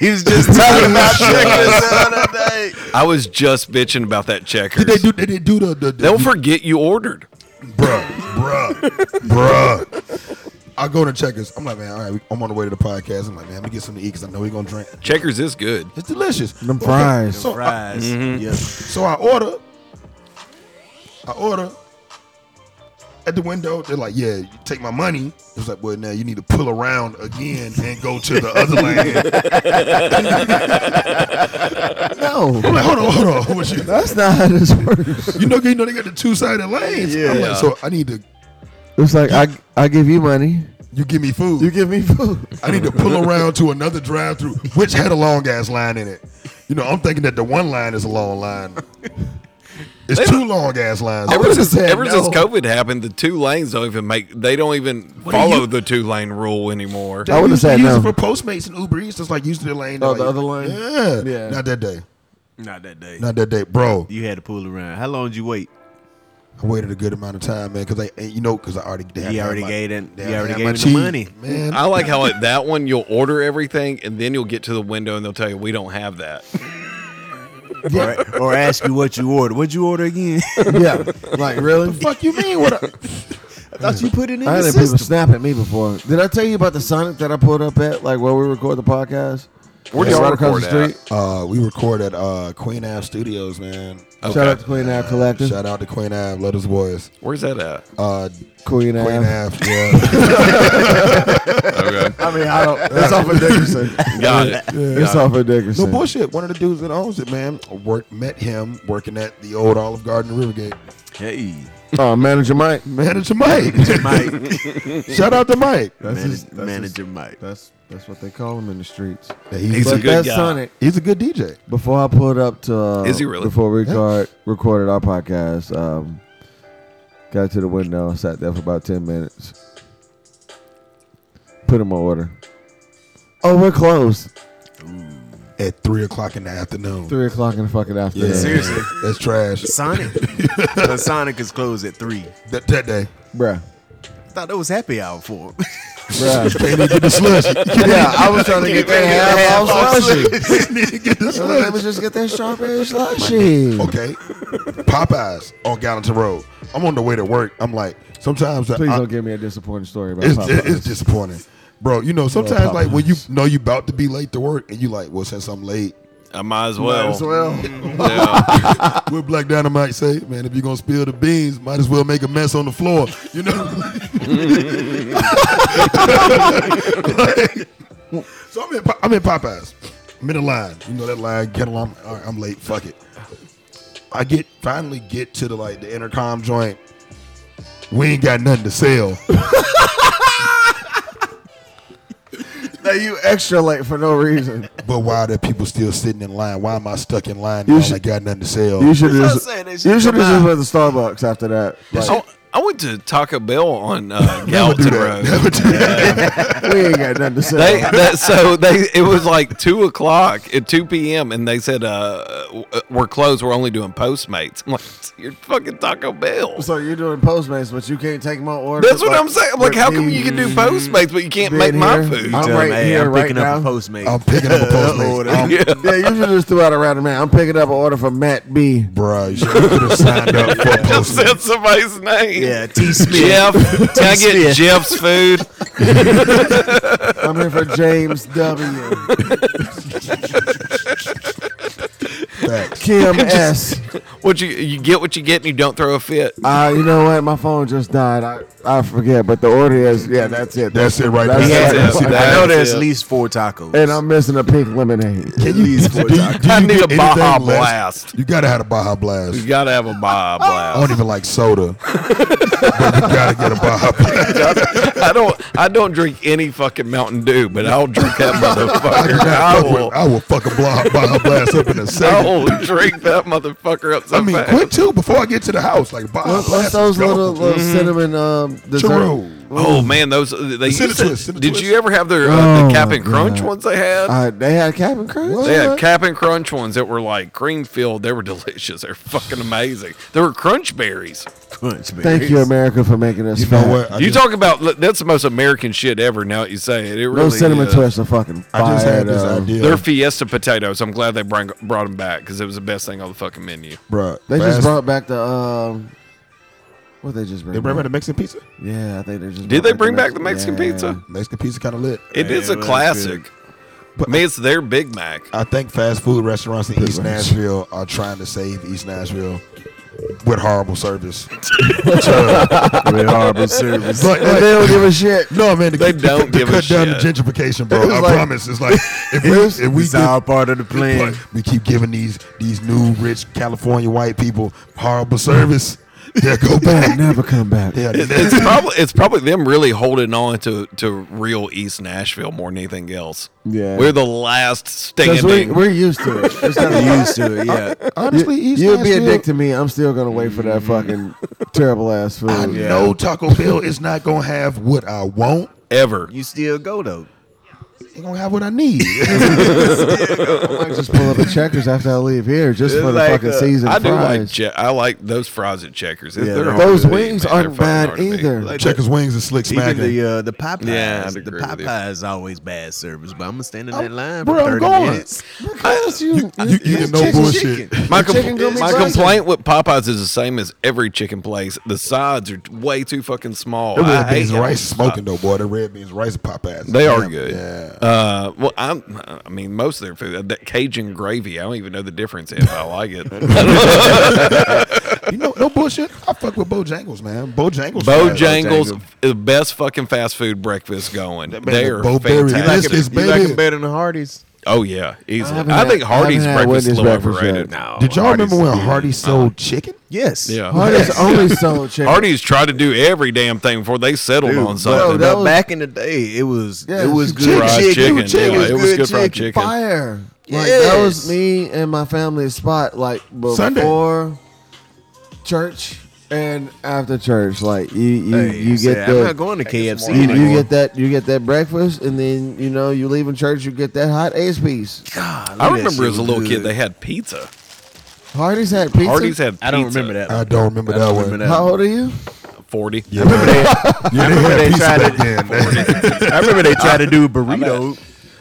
he was just talking about checkers the other day.
I was just bitching about that checkers.
Did they do? Did they do the the? the
will forget you ordered.
bruh, bruh, bruh. I go to Checkers. I'm like, man, all right, we- I'm on the way to the podcast. I'm like, man, let me get something to eat because I know we gonna drink.
Checkers is good.
It's delicious.
Them fries.
So I,
Fries.
Mm-hmm.
Yeah.
so I order. I order. At the window, they're like, "Yeah, you take my money." It was like, "Well, now you need to pull around again and go to the other lane." I'm
No,
like, "Hold on, hold on, what you-
that's not how this works.
You know, you know they got the two sided lanes. I'm like,
Yeah.
so I need to.
It's like I I give you money,
You give me food.
you give me food.
I need to pull around to another drive through, which had a long ass line in it. You know, I'm thinking that the one line is a long line. It's two long ass lines.
I
Ever
would've
since,
said
ever since
no.
COVID happened, the two lanes don't even make. They don't even follow the two lane rule anymore.
I would've
They
said
used
no.
it for Postmates and Uber Eats. It's like used to the lane.
Oh,
like,
the other lane?
Yeah.
Yeah.
Not that day.
Not that day.
Not that day, bro.
You had to pull around. How long did you wait?
I waited a good amount of time, man, because I, and you know, because I already, they had
You
to have
already
my-
gave it-
they
you
had to
already
have
gave
my
it the
cheese.
money.
man.
I like how at that one you'll order everything and then you'll get to the window and they'll tell you we don't have that.
Or, or ask you what you ordered. What'd you order again?
Yeah, like really.
fuck you mean? What? I,
I thought you put it in
I
the
had people
system.
snap at me before. Did I tell you about the Sonic that I pulled up at, like where we record the podcast?
Where'd
It's
y'all
right across
record
the
at?
street.
Uh, we record at uh, Queen Ave Studios, man.
Okay.
Shout out to Queen Ave Collective.
Shout out to Queen Ave, let us boys.
Where's that at?
Uh,
Queen Ave.
Queen Ave, yeah.
Okay.
I mean, I don't. That's off of Dickerson.
Got it.
That's off of
no
Dickerson.
bullshit. One of the dudes that owns it, man, work met him working at the old Olive Garden in Rivergate.
Hey,
Uh, Manager Mike.
Manager Mike.
Mike,
Shout out to Mike.
That's his- that's
manager Mike.
His, that's that's what they call him in the streets.
Yeah, he's,
He's
but
a
But
good
that's
guy.
Sonic.
he's a good DJ.
Before I pulled up to, uh,
Is he really?
Before we record, recorded our podcast, um, got to the window, sat there for about ten minutes, put in my order. Oh, we're closed.
At three o'clock in the afternoon.
Three o'clock in the fucking
Yeah,
afternoon.
Seriously.
that's trash.
Sonic. the Sonic is closed at three.
That, that day,
bruh.
I thought that was happy hour for.
Bruh.
Can't even get the slushy.
yeah, I was trying to get that half off slushy.
get the
So Let
slushy.
me just get that strawberry slushy.
Okay, Popeyes on Gallatin Road. I'm on the way to work. I'm like, sometimes I-
Please
I,
don't give me a disappointing story about
it's,
Popeyes.
it's disappointing, bro. You know, sometimes like when you know you' about to be late to work, and you like, well, since I'm late,
I might as
Might
well.
as well.
Yeah.
what Black Dynamite say, man, if you're gonna spill the beans, might as well make a mess on the floor. You know. Like, so I'm in, Pop- I'm in Popeyes. I'm in the line. You know that line. Get along. All right, I'm late. Fuck it. I get finally get to the like the intercom joint. We ain't got nothing to sell.
Now you extra late for no reason.
But why are there people still sitting in line? Why am I stuck in line?
You
You
should-
should, got nothing to sell.
You should
what I'm
just
saying, they should
you should
come
just
out.
went to Starbucks after that.
I, I went to Taco Bell on uh,
Never do
Gallatin
that.
Road.
Never do that.
Like, we ain't got nothing to say.
They that, so they it was like two o'clock at two p.m. and they said uh we're closed. We're only doing Postmates. I'm like you're fucking Taco Bell.
so you're doing Postmates, but you can't take my order.
That's what I'm saying. I'm like how come you can do
Mm,
Postmates but you can't
being
make my
here,
food?
I'm
Tell
right
them, hey,
here
I'm
right
picking
now.
up a Postmate.
I'm picking up a Postmates.
Order.
I'm,
Yeah, you should just threw out a random man. I'm picking up an order from Matt B.
bro, you should have signed up for a
Just
Postmates.
said somebody's name.
Yeah, T. Smith.
Jeff, can I
Smith.
get Jeff's food?
I'm here for James W.
Facts.
Kim S.
What you you get what you get and you don't throw a fit.
Uh, you know what? My phone just died. I, I forget, but the order is yeah. That's it.
That's it right
That's
there.
it.
That's
it.
I know there's
Yeah.
at least four tacos.
And I'm missing a pink lemonade.
at least four
Do you-
tacos.
do
I
you
need
get
a Baja
anything less?
Blast.
You gotta have a Baja Blast.
You gotta have a Baja
I
blast.
don't even like soda, but you gotta get a Baja Blast.
I don't. I don't drink any fucking Mountain Dew, but I'll drink that
I,
motherfucker.
cannot
I
fuck with-
will.
I will fuck a Baja, Baja Blast up in a
I
second.
will drink that motherfucker up so
I mean,
fast.
quick too before I get to the house. Like Baja
What, what's
Blast.
those
is gone.
little, little cinnamon um, dessert?
Churro.
Oh man, those they
Cinnatwist,
used to,
Cinnatwist.
Did you ever have their uh,
Oh,
the Cap and
my
Crunch
God.
ones they had?
Uh, they had Captain Crunch.
they had Cap and Crunch ones that were like cream filled. They were delicious. They're fucking amazing. They were crunch berries.
Crunch, man.
Thank you, America, for making us.
You know
fat.
what? I
you
just-
talk about look, that's the most American shit ever. Now that you say it, it
Those
really uh,
cinnamon
is.
twists are fucking fire. uh,
I just had this
though.
idea.
They're Fiesta potatoes. I'm glad they bring, brought them back because it was the best thing on the fucking menu.
Bruh,
They just
last-
brought back the um. What they just bring?
They bring back
back?
the Mexican pizza.
Yeah, I think they
Did
just. brought
they bring back the Mexican
yeah.
pizza?
Mexican pizza kind of lit.
It
Yeah,
is
it
a
was
classic.
good.
But-
I mean, it's their Big Mac.
I think fast food restaurants in East
much.
Nashville are trying to save East Nashville with horrible service. So,
Red Harbor service.
but,
And they
like,
don't give a shit.
no, man, to,
They
to-
don't
to
give a
cut down the
shit.
gentrification, bro.
It was
I
like-
promise. It's like if we, if we
It's
give-
all part of the plan.
but we keep giving these these new rich California white people horrible service, they'll go
They'll
back.
never come back.
Yeah,
It- It's probably it's probably them really holding on to, to real East Nashville more than anything else.
Yeah.
we're the last
'Cause we,
standing.
we're used to it. It's not
You're used to it, yeah.
honestly, East
You'll be a
Nashville-
dick to me. I'm still gonna wait for that fucking terrible ass food.
I
Yeah.
know Taco Bell is not gonna have what I want.
ever.
You still go though.
It's gonna have what I need.
I might just pull up a checkers after I leave here just for the
Like,
fucking
uh,
season
I do like
fries.
che- I like those fries at Checkers. It's-
Yeah,
they're
they're-
hard
Those
to beat,
wings
man. They're
aren't
fucking
bad
hard to beat.
either.
Like,
Checkers wings and slick
Even
smacking.
the uh, the Popeyes,
Yeah, I'd
the
agree with you.
Popeyes always bad service, but I'm gonna stand in that line
bro,
for
I'm
30
going.
minutes.
Because you,
you eating no
chicken-
bullshit.
chicken.
My,
The chicken
compl-
gummy
my
fries.
complaint with Popeyes is the same as every chicken place. The sides are way too fucking small.
The
I
red
hate
beans and
them.
rice is smoking though, boy. The red beans and rice pop ass.
They are good.
Yeah.
Uh, well, I'm. I mean, most of their food, that Cajun gravy, I don't even know the difference if I like it.
You know, no bullshit. I fuck with Bojangles, man. Bojangles.
Bojangles, the best fucking fast food breakfast going. They
the
are
Bo Berry
fantastic.
biscuits,
You like
baby.
it better than Hardee's?
Oh yeah, easily.
haven't
I,
had-
think
I haven't
Hardy's
had
breakfast is a little
Wendy's breakfast
overrated.
yet.
Oh,
No,
Did y'all remember when
Hardee's-
Hardy sold chicken?
Yes.
Yeah.
Hardy's only sold chicken.
Hardy's tried to do every damn thing before they settled
Dude,
on
bro,
something.
that
that
was-
back in the day, it was
Yeah,
it was
chicken.
good
Fried chicken,
chicken.
yeah, it was good fried
fried
chicken.
fire. Like that was
Yes.
me and my family's spot. Like before
Sunday.
church and after church. Like you, you,
Hey,
you
say,
get
I'm
the
not going to KFC.
you, you
anymore.
get that you get that breakfast, and then you know you leaving church, you get that hot ace piece.
God,
I
that
remember
shit
as
was
a little kid
good.
they had pizza.
Hardy's had pizza.
Hardy's had. Pizza.
I don't remember that.
I don't remember
I
that
don't
one.
remember that.
How old are you?
Forty.
Yeah, man. yeah, they
remember
had
they
pizza
tried
back
to-
then.
I remember they tried to do burrito.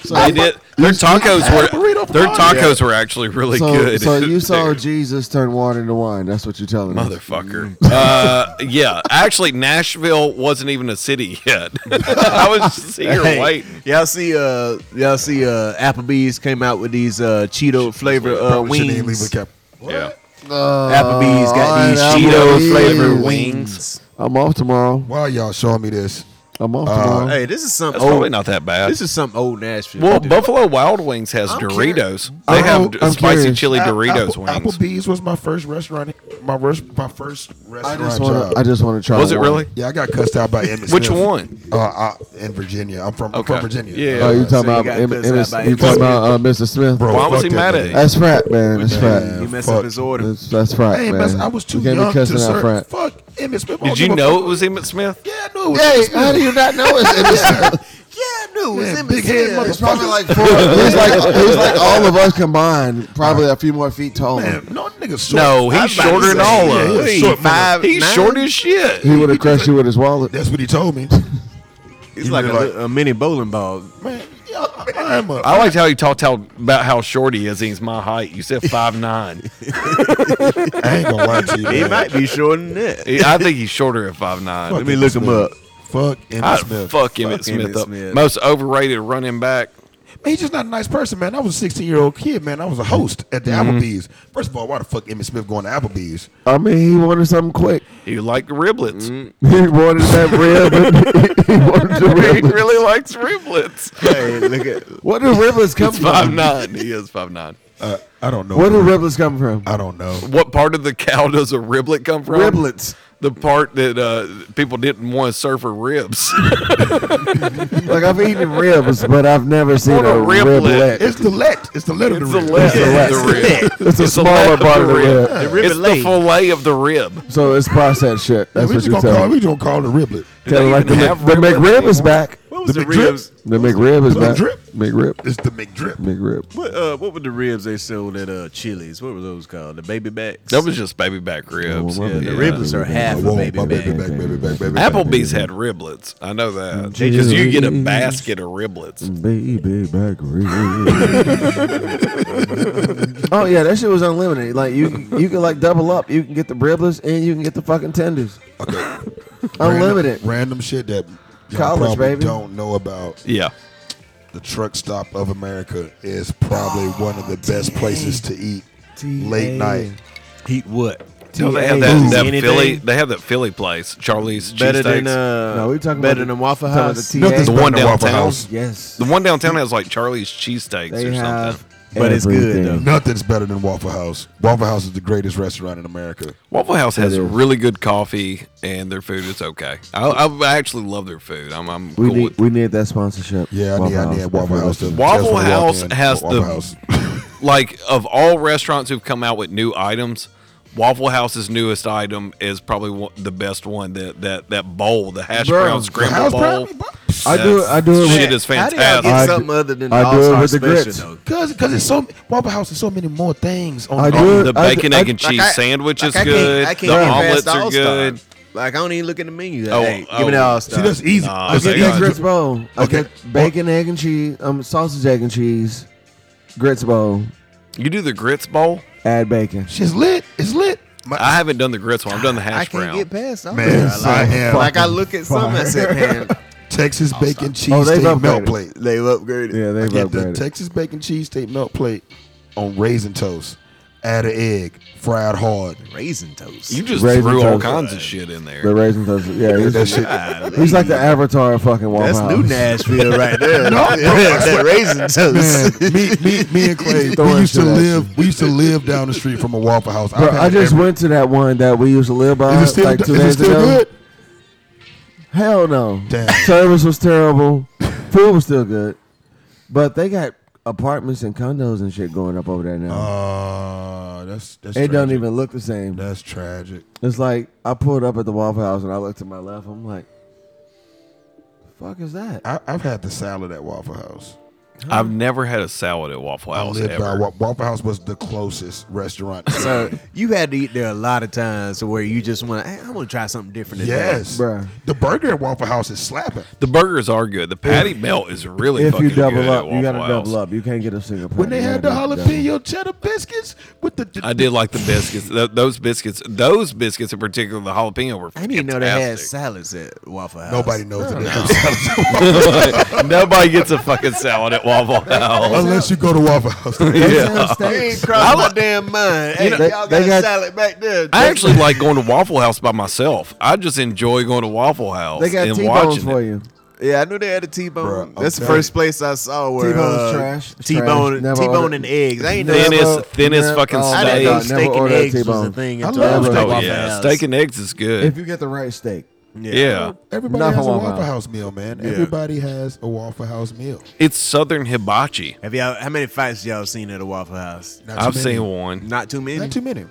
They did. Their tacos were
burrito
their
party.
tacos were actually really
so,
good.
so you saw
They're-
Jesus turn water into wine. That's what you're telling me.
motherfucker. Uh, yeah, actually, Nashville wasn't even a city yet. I was just here
Hey,
waiting.
Y'all see, uh, y'all see, uh, Applebee's came out with these uh, Cheeto flavored uh,
Probably shouldn't even leave
wings.
with Cap-
Yeah,
Applebee's got these
Uh,
Cheeto
Applebee's.
flavored wings.
I'm off tomorrow.
Why are y'all showing me this?
I'm off
Uh,
tomorrow.
Hey, this is some
that's
old.
probably not that bad.
This is some old Nashville.
well,
dude.
Buffalo Wild Wings has Doritos. They
I'm-
have d-
I'm
spicy
curious.
chili
Apple-
Doritos wings.
Applebee's was my first restaurant. My first, my first
I
restaurant
just
job.
want to. I just want to try.
Was it
one.
really?
yeah, I got cussed out by Emmett.
Which
Smith.
one?
Uh, I, in Virginia. I'm from, I'm from
Okay.
Virginia.
Yeah.
Oh, you
So
talking
you
about
got
Em-
cussed
Em-
out by
You
Emmett
talking about uh, Mr. Smith?
Bro,
Why was
fuck
he
that
mad
nigga.
at
That's frat, man. That's
He
frat.
messed
fuck.
up his order.
That's, that's frat,
Uh, Hey,
man.
man, I was too
You can't be
young to
cussing out
serve.
frat.
Fuck Emmett Smith. I
you?
don't
Did you
give a
know
fuck.
it was Emmett Smith?
Yeah, I knew it was.
Hey,
Emmett Smith.
how do you not know it's Emmett Smith?
yeah, no,
Yeah, big head motherfucker.
four. He's like he's like all of us combined, probably a few more feet taller.
Man, no nigga's short.
No, he's
about
shorter
to
than
say,
all
yeah,
of
he
us.
was short for
five,
He's
nine?
short as shit.
He would have crushed you with his wallet.
That's what he told me.
He's like,
You're
a, li- a mini bowling ball.
Man, yeah, I'm a,
I liked how you talked how, about how short he is. and He's my height. You said five nine.
I ain't gonna lie to you.
He
man.
might be shorter than that.
I think he's shorter at five nine.
Let me look him up.
Fuck Emmett
I
Smith.
fuck Emmett
Fuck
Smith
Emmitt
up.
Smith.
Most overrated running back.
Man, he's just not a nice person, man. I was a 16 year old kid, man. I was a host at the Applebee's. First of all, why the fuck Emmett Smith going to Applebee's?
I mean, he wanted something quick.
He liked riblets.
He wanted that rib. he wanted the
He
rib.
really likes riblets.
Hey, look at
What do riblets come
He's five
from?
nine. He is five nine.
Uh, I don't know.
Where do riblets come from?
I don't know.
What part of the cow does a riblet come from?
riblets.
The part that uh, people didn't want to serve for ribs.
Like I've eaten ribs, but I've never seen
What a
a
riblet.
riblet.
It's the let. It's the letter.
It's
the
the
rib.
leg
leg.
of the rib.
It's a
It's the
smaller
leg
part of the
rib.
rib.
The
It's the
riblet.
fillet of the rib.
So it's processed shit. That's
we
what
just
you're
gonna call.
telling
We
me.
just gonna call it riblet.
Kinda
they
like the,
even have
Mc- the
riblets
McRib is
anymore?
back.
What was the,
The McDrip?
ribs?
The McRib is
The
back.
drip?
McRib.
It's the McDrip.
McRib.
What uh, what were the ribs they sold at uh Chili's? What were those called? The baby backs.
That was just baby back ribs.
well,
yeah, the
yeah.
riblets are half
I
a
want
baby
my
back.
baby back, baby back, baby back.
Applebee's had riblets. I know
Mm,
that. Because you get a basket of riblets.
Baby back Oh yeah, that shit was unlimited. Like you, you can like double up. You can get the riblets and you can get the fucking tenders. Unlimited.
Random, random shit that y'all
College,
probably
baby.
don't know about.
Yeah.
The truck stop of America is probably one of the best places to eat late night.
Heat what?
No, they
T.A.
have that, that
Anything?
Philly. They have that Philly place, Charlie's
Better than
cheesesteaks.
uh,
No, we talking
better
about the-
than Waffle
talking about
House.
the TA.
Nothing's
the
better
one
than Waffle
downtown?
House.
Yes.
The one downtown has like Charlie's cheesesteaks
They
or
have
something.
But it's good,
everything.
though.
Nothing's better than Waffle House. Waffle House is the greatest restaurant in America.
Waffle House has
is.
really good coffee, and their food is okay. I, I actually love their food. I'm, I'm
We
cool
need
with
we need that sponsorship.
Yeah, I need, I need Waffle House. To definitely
Waffle
walk
House
in.
has
Waffle
the
House.
like of all restaurants who've come out with new items. Waffle House's newest item is probably one, the best one. That that that bowl, the hash
Bro,
brown
the
scramble
house
bowl.
brownie, bro.
I do it- I do it with-
Shit is
How do y'all
fantastic.
I
get
do-
something other than
I do it
All Star
with the
Special
grits.
though?
Cause, cause it's so Waffle House is so many more things on
I
the
do
menu.
it.
The
I-
bacon,
I-
egg, and cheese
I-
sandwich is
I can't-
good.
I
the
can't get
omelets
past
are
All-Star.
good.
Like I don't even look at the menu. Like,
Oh,
hey,
oh.
give me the All Star.
See, that's easy.
Nah,
That's
they
I
easy.
get
got-
grits bowl. I
Okay.
get bacon, egg, and cheese. Um, sausage, egg, and cheese. Grits bowl.
You do the grits bowl.
Add bacon.
Shit's lit. It's lit. My-
I haven't done the grits one. I've done the
I
hash
can't
brown.
get past All
Man,
Star.
I
Like,
am
like I look at some, I said, man,
Texas bacon cheese
Oh, they've
steak melt
upgraded.
plate.
they've upgraded.
Yeah, they've
Get the
upgraded.
Texas bacon cheese steak melt plate on raisin toast. Add an egg, fried hard.
Raisin toast.
You just
Raisin
threw all
toast.
kinds of shit in there.
The raisin toast. Yeah,
That
he's,
shit.
he's like the avatar of fucking Waffle
That's
House.
new Nashville right there.
No, bro, I
that raisin toast.
Man, me, me, me and Clay,
Throwing
we used to
shit at
live. We used to live down the street from a Waffle House.
Bro,
I've had
I just
every-
went to that one that we used to live by
Is it still,
like two
is it
days
still
ago.
good?
Hell no.
Damn.
Service was terrible. Food was still good, but they got apartments and condos and shit going up over there
Oh,
now.
Uh, that's that's.
it don't
tragic.
even look the same.
That's tragic.
It's like I pulled up at the Waffle House and I looked to my left. I'm like, "The fuck is that?"
I, I've had the salad at Waffle House.
I've never had a salad at Waffle House
lived by
ever.
Wa- Waffle House was the closest restaurant.
So you had to eat there a lot of times where you just want, hey, I want to try something different. Today.
yes,
Bruh.
the burger at Waffle House is slapping.
the burgers are good. The patty melt is really
If
fucking
you double
good
up,
at
you
Waffle
gotta double
House.
up. You can't get a single.
When they
patty. You
had the
gotta double-
jalapeno cheddar biscuits with the,
I did like the biscuits. Th- those biscuits, those biscuits in particular, the jalapeno were.
I didn't even know they had
fantastic.
salads at Waffle House.
nobody knows it
Nobody gets a fucking salad at Waffle House.
unless you go to Waffle House.
That
Yeah.
sounds steak.
Cross my damn mind. Hey,
know, they-
y'all got,
they
a
got-
salad back there.
I actually like going to Waffle House by myself. I just enjoy going to Waffle House
They got
and
T
watching
bones
for
for
it.
you.
yeah, I knew they had a T-bone.
Bruh, I'm
That's the
telling
first place I saw where
T-bone's
uh,
trash. It's
T-bone,
trash. Never
T-bone
ordered-
and eggs. I ain't know.
Thinnest,
Never-
thinnest
never-
fucking
oh,
I
never
didn't know
done.
steak.
Never
steak and
ordered
eggs was a
T-bone.
thing.
I
until
love
went to
steak.
Oh
Waffle
yeah,
House.
steak and eggs is
If
good.
you get the right steak,
yeah,
Everybody
Not
has a
Waffle
Waffle
House.
House meal, man. Everybody has a Waffle House meal.
it's Southern hibachi.
Have y'all? How many fights y'all seen at a Waffle House?
Not too
I've
many.
seen one.
Not too many.
Not too many.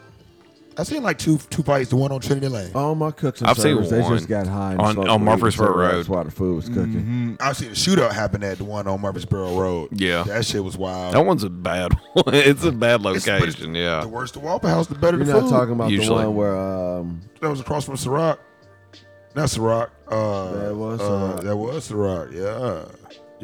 I seen like two two fights. The one on Trinity Lane.
all my cooks and
I've seen
servers, they
one
just got high and
on-
smoked
on
weed,
Murfreesboro
so
Road.
That's why the food was cooking.
Mm, I seen a shootout happen at the one on Murfreesboro Road.
Yeah.
that shit was wild.
That one's a bad one. It's a bad
It's- but it's-
location.
The
Yeah,
worse the Waffle House, the better
You're
the
not
food.
talking about
Usually.
the one where um,
that was across from Ciroc. Not Ciroc. Uh,
That was
uh,
Ciroc.
That was Ciroc. Yeah,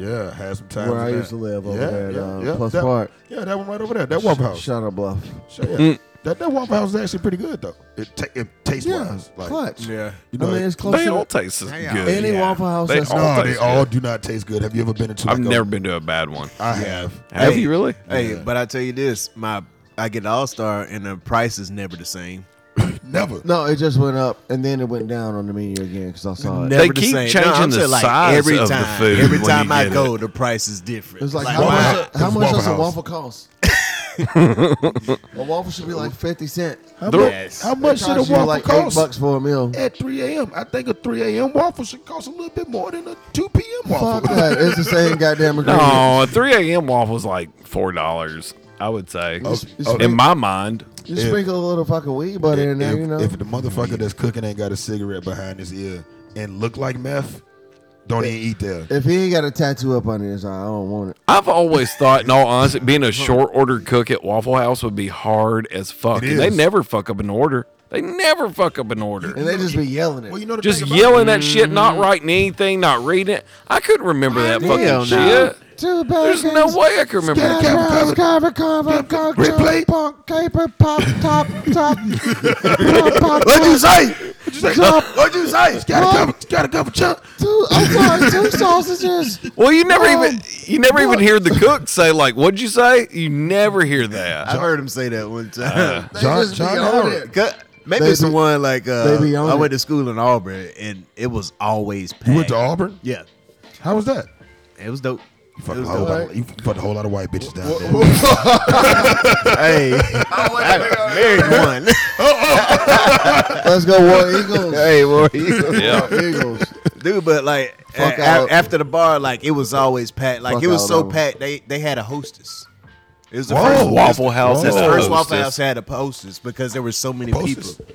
yeah. Had some time
Where I used to live over there at, uh, Plus
that,
Park. Mm.
Yeah, that one right over there. That Waffle House.
Shadow Bluff.
So, yeah. That that Waffle House is actually pretty good though. It ta- it tastes
Yeah,
wise. Like,
clutch.
Yeah.
You know,
I mean,
it-
it's close
they
to
all taste as
They
good.
any
Yeah.
Waffle House.
They
that's
all
not-
no, Oh, they
taste
all
good.
do not taste good. Have you ever been into?
I've
like a-
never been to a bad one.
I have.
Have
Hey.
you really?
Hey, but I tell you this, my I get All Star and the price is never the same.
Never.
No, it just went up and then it went down on the menu again because I saw it.
Never
They keep changing
I'm
the
saying,
size of the
time,
food
Every
when
time
you
I
get
go, the price is different.
It's like,
Like,
how,
Waffle
why-
House.
much, how
It's
much
Waffle
does a
House.
waffle cost? a waffle should be like fifty cent.
How,
They're-
much,
Yes.
how much
It
should a
costs you
waffle
like
cost?
Eight bucks for a meal.
At 3 a.m. I think a 3 a.m. waffle should cost a little bit more than a 2 p.m.
Fuck
waffle.
that! It's the same goddamn agreement.
No, a 3 a.m. waffle's like four dollars. I would say,
Oh, oh,
in my mind.
You
If-
sprinkle a little fucking weed butter in there,
if,
you know.
if the motherfucker that's cooking ain't got a cigarette behind his ear and look like meth, don't even eat there.
If he ain't got a tattoo up on his eye, I don't want it.
I've always thought, in all honesty, being a short order cook at Waffle House would be hard as fuck.
It
And they
is.
never fuck up an order. They never fuck up an order.
And they just be yelling it.
Well, you know the
Just
thing about-
yelling that
Mm.
shit, not writing anything, not reading it. I couldn't remember that fucking
Hell
shit.
no.
Two
There's no
bacons,
way I could remember
Scat-
that.
Carrots, carver, carver, cock,
Red
chop,
plate.
punk, caper, pop, top, top, pop, pop,
What'd you say?
top,
What'd you say?
Gotta cover, gotta cover, chunk.
two, I'm sorry, two sausages.
Well, you never even
Um,
you never even hear the cook say like, "What'd you say?" You never hear that.
I've heard him say that one time.
They
John-
just be
John
on
Howard.
it.
Gu- Maybe
They
it's the
be-
one like uh,
they be on
I went
it.
to school in Auburn and it was always packed.
You went to Auburn?
Yeah,
How was that?
it was dope.
You
It
fucked, a
was
whole
dope.
lot, of- you fucked a whole lot of white bitches down there.
hey, I married one.
Let's go, War Eagles.
hey, boy.
Yeah.
Eagles.
dude. But like a-
Fuck
a-
out.
after the bar, like it was always packed. Like
Fuck
it was
out
so
of them.
packed they they had a hostess. It was the
Whoa,
first
Waffle House
It's the
had a
first Waffle
hostess.
House had a hostess because there were so many
Hostess?
people.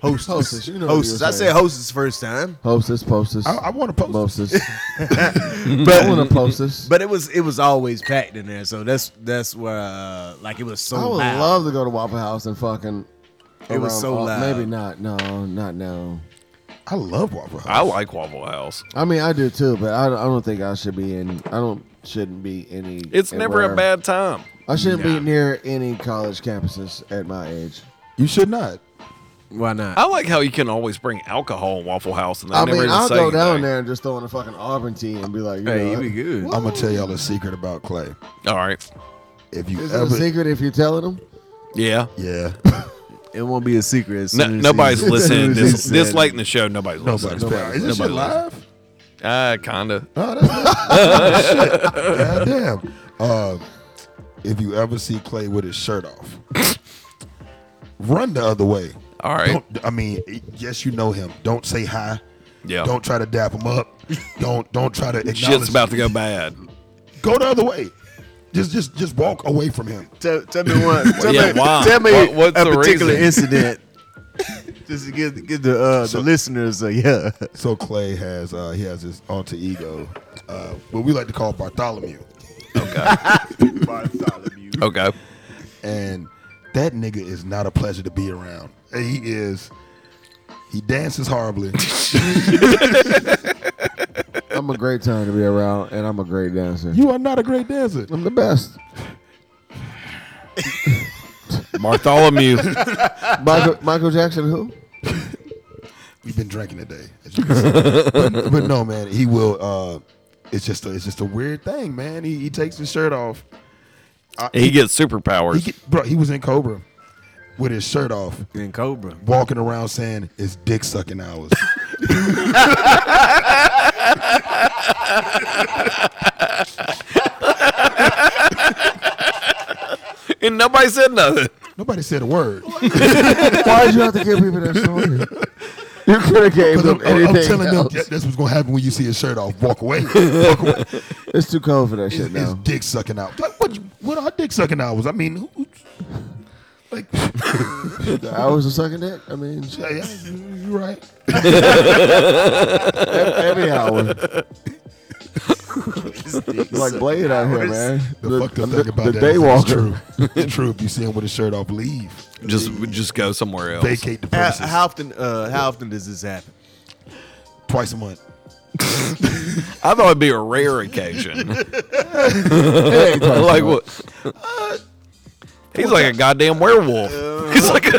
Hostess,
Hostess, you know what
hostess.
you were
I said
saying.
hostess first time,
Posters, posters.
I, I want to post.
Posters. I want
but
to posters.
but it was it was always packed in there. So that's that's where uh, like it was so
I would
loud.
love to go to Waffle House and fucking.
It was
around-
so
oh,
loud.
Maybe not. No, not now.
I love Waffle House.
I like Waffle House.
I mean, I do too, but I, don't- I don't think I should be in. I don't shouldn't be any.
It's never a
anywhere.
bad time.
I shouldn't
Nah.
be near any college campuses at my age.
you should not.
Why not?
I like how you can always bring alcohol in Waffle House and they
I
never
mean,
even
I'll
say
go down
anything.
there and just throw in a fucking Auburn tea and be like, you
Hey,
know,
you be good.
I'm gonna tell y'all a secret about Clay.
All right.
If you
Is it
ever,
a secret if you're telling them?
Yeah.
yeah,
It won't be a secret. as
No,
soon as
nobody's
he-
listening
as soon as he
this this
said-
late in the show. Nobody's
nobody's
listening.
bad. Is this shit
Nobody
live?
Uh, kinda.
Oh, that's good. Shit. Goddamn. Uh, if you ever see Clay with his shirt off, run the other way.
All right.
Don't, I mean, yes, you know him. Don't say hi.
Yeah.
Don't try to dap him up. don't don't try to acknowledge.
Shit's about to go bad.
Go the other way. Just just just walk away from him.
Tell, tell me one. Tell
Yeah,
me,
why?
Tell me
What- what's
a
the
particular
reason?
incident. Just to give, give the uh, the listeners a yeah.
So Clay has uh, he has his alter ego, uh, what we like to call Bartholomew.
Okay.
Bartholomew.
Okay.
and that nigga is not a pleasure to be around. He is. He dances horribly.
I'm a great time to be around, and I'm a great dancer.
you are not a great dancer.
I'm the best.
Bartholomew.
Michael, Michael Jackson, who?
We've been drinking today, as you can see. but, but no, man, he will. Uh, it's just a, it's just a weird thing, man. He, he takes his shirt off. I-
he gets
he
superpowers.
get, bro. He was in Cobra with his shirt off,
In Cobra.
walking around saying it's dick sucking hours.
and nobody said nothing.
Nobody said a word.
Why did you have to give people that story? You could have gave
'Cause
them
I'm, I'm- I'm
anything
telling
else.
them that's what's gonna happen when you see his shirt off. Walk away. Walk away.
It's too cold for that shit
It's, it's
now.
dick sucking out. Like, what? What are dick sucking hours? I mean, who, like,
The hours of sucking dick. I mean, shit.
yeah, you right.
every hour. like Blade out here, man.
The, fucked up thing about
the
that
day
is
walker.
It's true. It's true. If you see him with his shirt off, leave.
Just just go somewhere else.
Vacate the
How,
premises.
how often? Uh, how often does this happen?
Twice a month.
I thought it'd be a rare occasion.
Hey,
like what? He's like a goddamn werewolf. He's like a,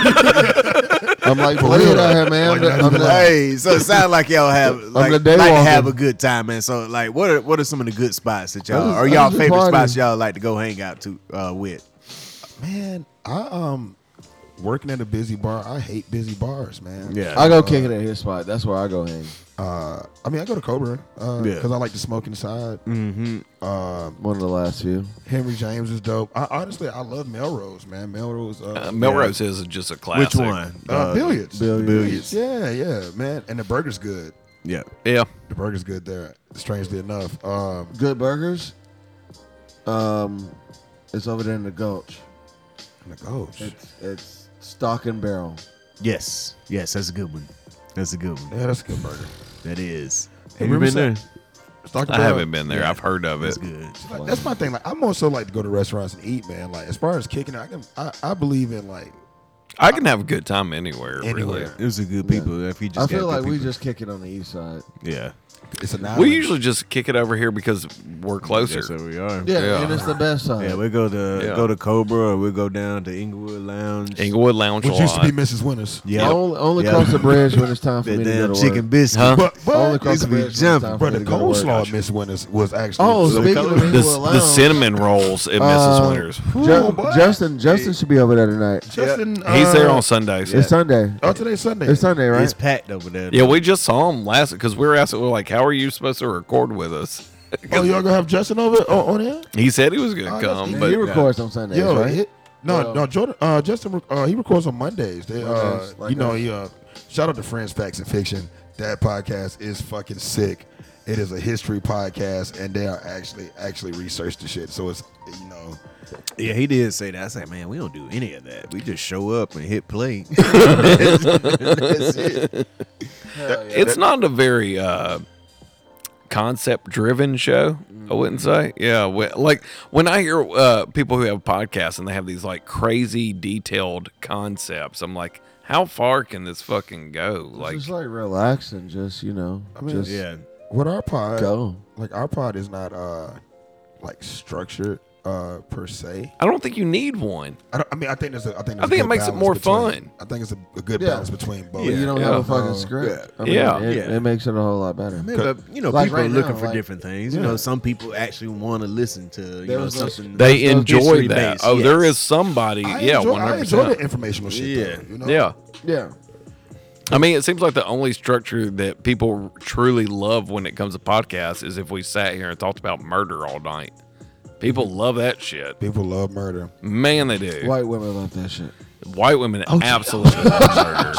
I'm like Blade out here, man.
Like,
I'm the,
that's
I'm
the-
the-
Hey, so it sounds like y'all have like,
the day
like to
walker.
have a good time, man. So like, what are what are some of the good spots that y'all
That was-
or
that
y'all
was a
favorite
party.
spots y'all like to go hang out to uh, with?
Man, I um, working at a busy bar. I hate busy bars, man.
I go kick it at his spot. That's where I go hang.
Uh, I mean, I go to Cobra because
Yeah.
I like to smoke inside.
One of the last few.
Henry James is dope. I, honestly, I love Melrose, man. Melrose. Uh,
Uh, Melrose is just a classic.
Which one?
uh, billiards.
Billiards.
Billiards.
Yeah, yeah, man. And the burger's good.
Yeah.
Yeah.
The burger's good there. Strangely enough, um,
Good burgers. Um, it's over there in the Gulch.
and the coach.
It's it's stock and barrel.
Yes. Yes, that's a good one. That's a good one.
Yeah, that's a good burger.
That is.
Have you been there? It's Dr.
I
Brown.
haven't been there. I've heard of it.
That's good.
Like, that's my thing. Like I more so like to go to restaurants and eat, man. Like as far as kicking, it, I can. I, I believe in like
I can have a good time anywhere,
Anywhere.
It was a good people. If you just
I
got
feel
good
like we
people.
just kick it on the east side.
yeah.
it's an
really. We usually just kick it over here because we're closer.
That's where we are.
Yeah,
Yeah.
and it's the best side.
Yeah, we go to
Yeah.
go to Cobra or we go down to Inglewood Lounge.
Inglewood Lounge
which
a
used to
lot.
be Mrs. Winters.
Yeah.
Only, only
Yep.
cross the bridge when it's time for me
That
to go
damn
to
chicken
work.
biscuit.
Huh?
But
Only
but,
cross
used
the
to be
bridge when it's
jumping.
time for
bro,
me
the
to go to work.
coleslaw at Mrs. Winters was actually.
Oh,
so-
speaking of
color-
Inglewood
the, the
Lounge,
cinnamon rolls at Mrs.
uh,
Winters.
Ju-
Ooh, boy.
Justin, Justin should be over there tonight.
Justin,
He's there
uh,
on Sundays.
It's Sunday.
Oh, today's Sunday.
It's Sunday, right?
It's packed over there.
Yeah, we just saw him last because we were asking, we are like, how are you supposed to record with us?
Oh, y'all gonna have Justin over on, on here?
He said he was going
Oh,
to
that's-
come,
Man,
but
he records on Sundays,
Yo,
right?
it- no,
Well-
no, Jordan, uh, Justin, uh, he records on Mondays. They, uh,
Mondays, like
you know,
us.
he, uh, shout out to Friends, Facts, and Fiction. That podcast is fucking sick. It is a history podcast, and they are actually actually researched the shit. So it's you know,
Yeah, he did say that. I said, man, we don't do any of that. We just show up and hit play.
that's it.
it's not a very uh, concept driven show i wouldn't
Mm-hmm.
say yeah wh- like when i hear uh, people who have podcasts and they have these like crazy detailed concepts i'm like how far can this fucking go like
just like relax and just you know,
I mean,
just
yeah.
With our pod,
go.
like our pod is not uh like structured uh per se.
i don't think you need one
I, don't, I mean, I think there's a I think there's
I
a
think it
good
makes it
balance
more
between-
fun.
I think it's a, a good
Yeah.
balance between both.
you don't
yeah.
have a fucking
Oh,
script. I
yeah.
mean, it,
Yeah.
it makes it a whole lot better.
Man,
Cut.
but, you know,
Like
people
right
are looking
now,
for
like-
different things. You know, some people actually want to listen to, you
There
know,
was no-
something.
they
That's
enjoy
history
that
based,
oh
yes.
there is somebody
I
yeah
enjoy, I enjoy
100%
the informational shit.
Yeah.
though, you know?
yeah
Yeah,
I mean, it seems like the only structure that people truly love when it comes to podcasts is if we sat here and talked about murder all night. People love that shit.
People love murder.
Man, they do.
white women love that shit.
White women
Oh,
absolutely love murder.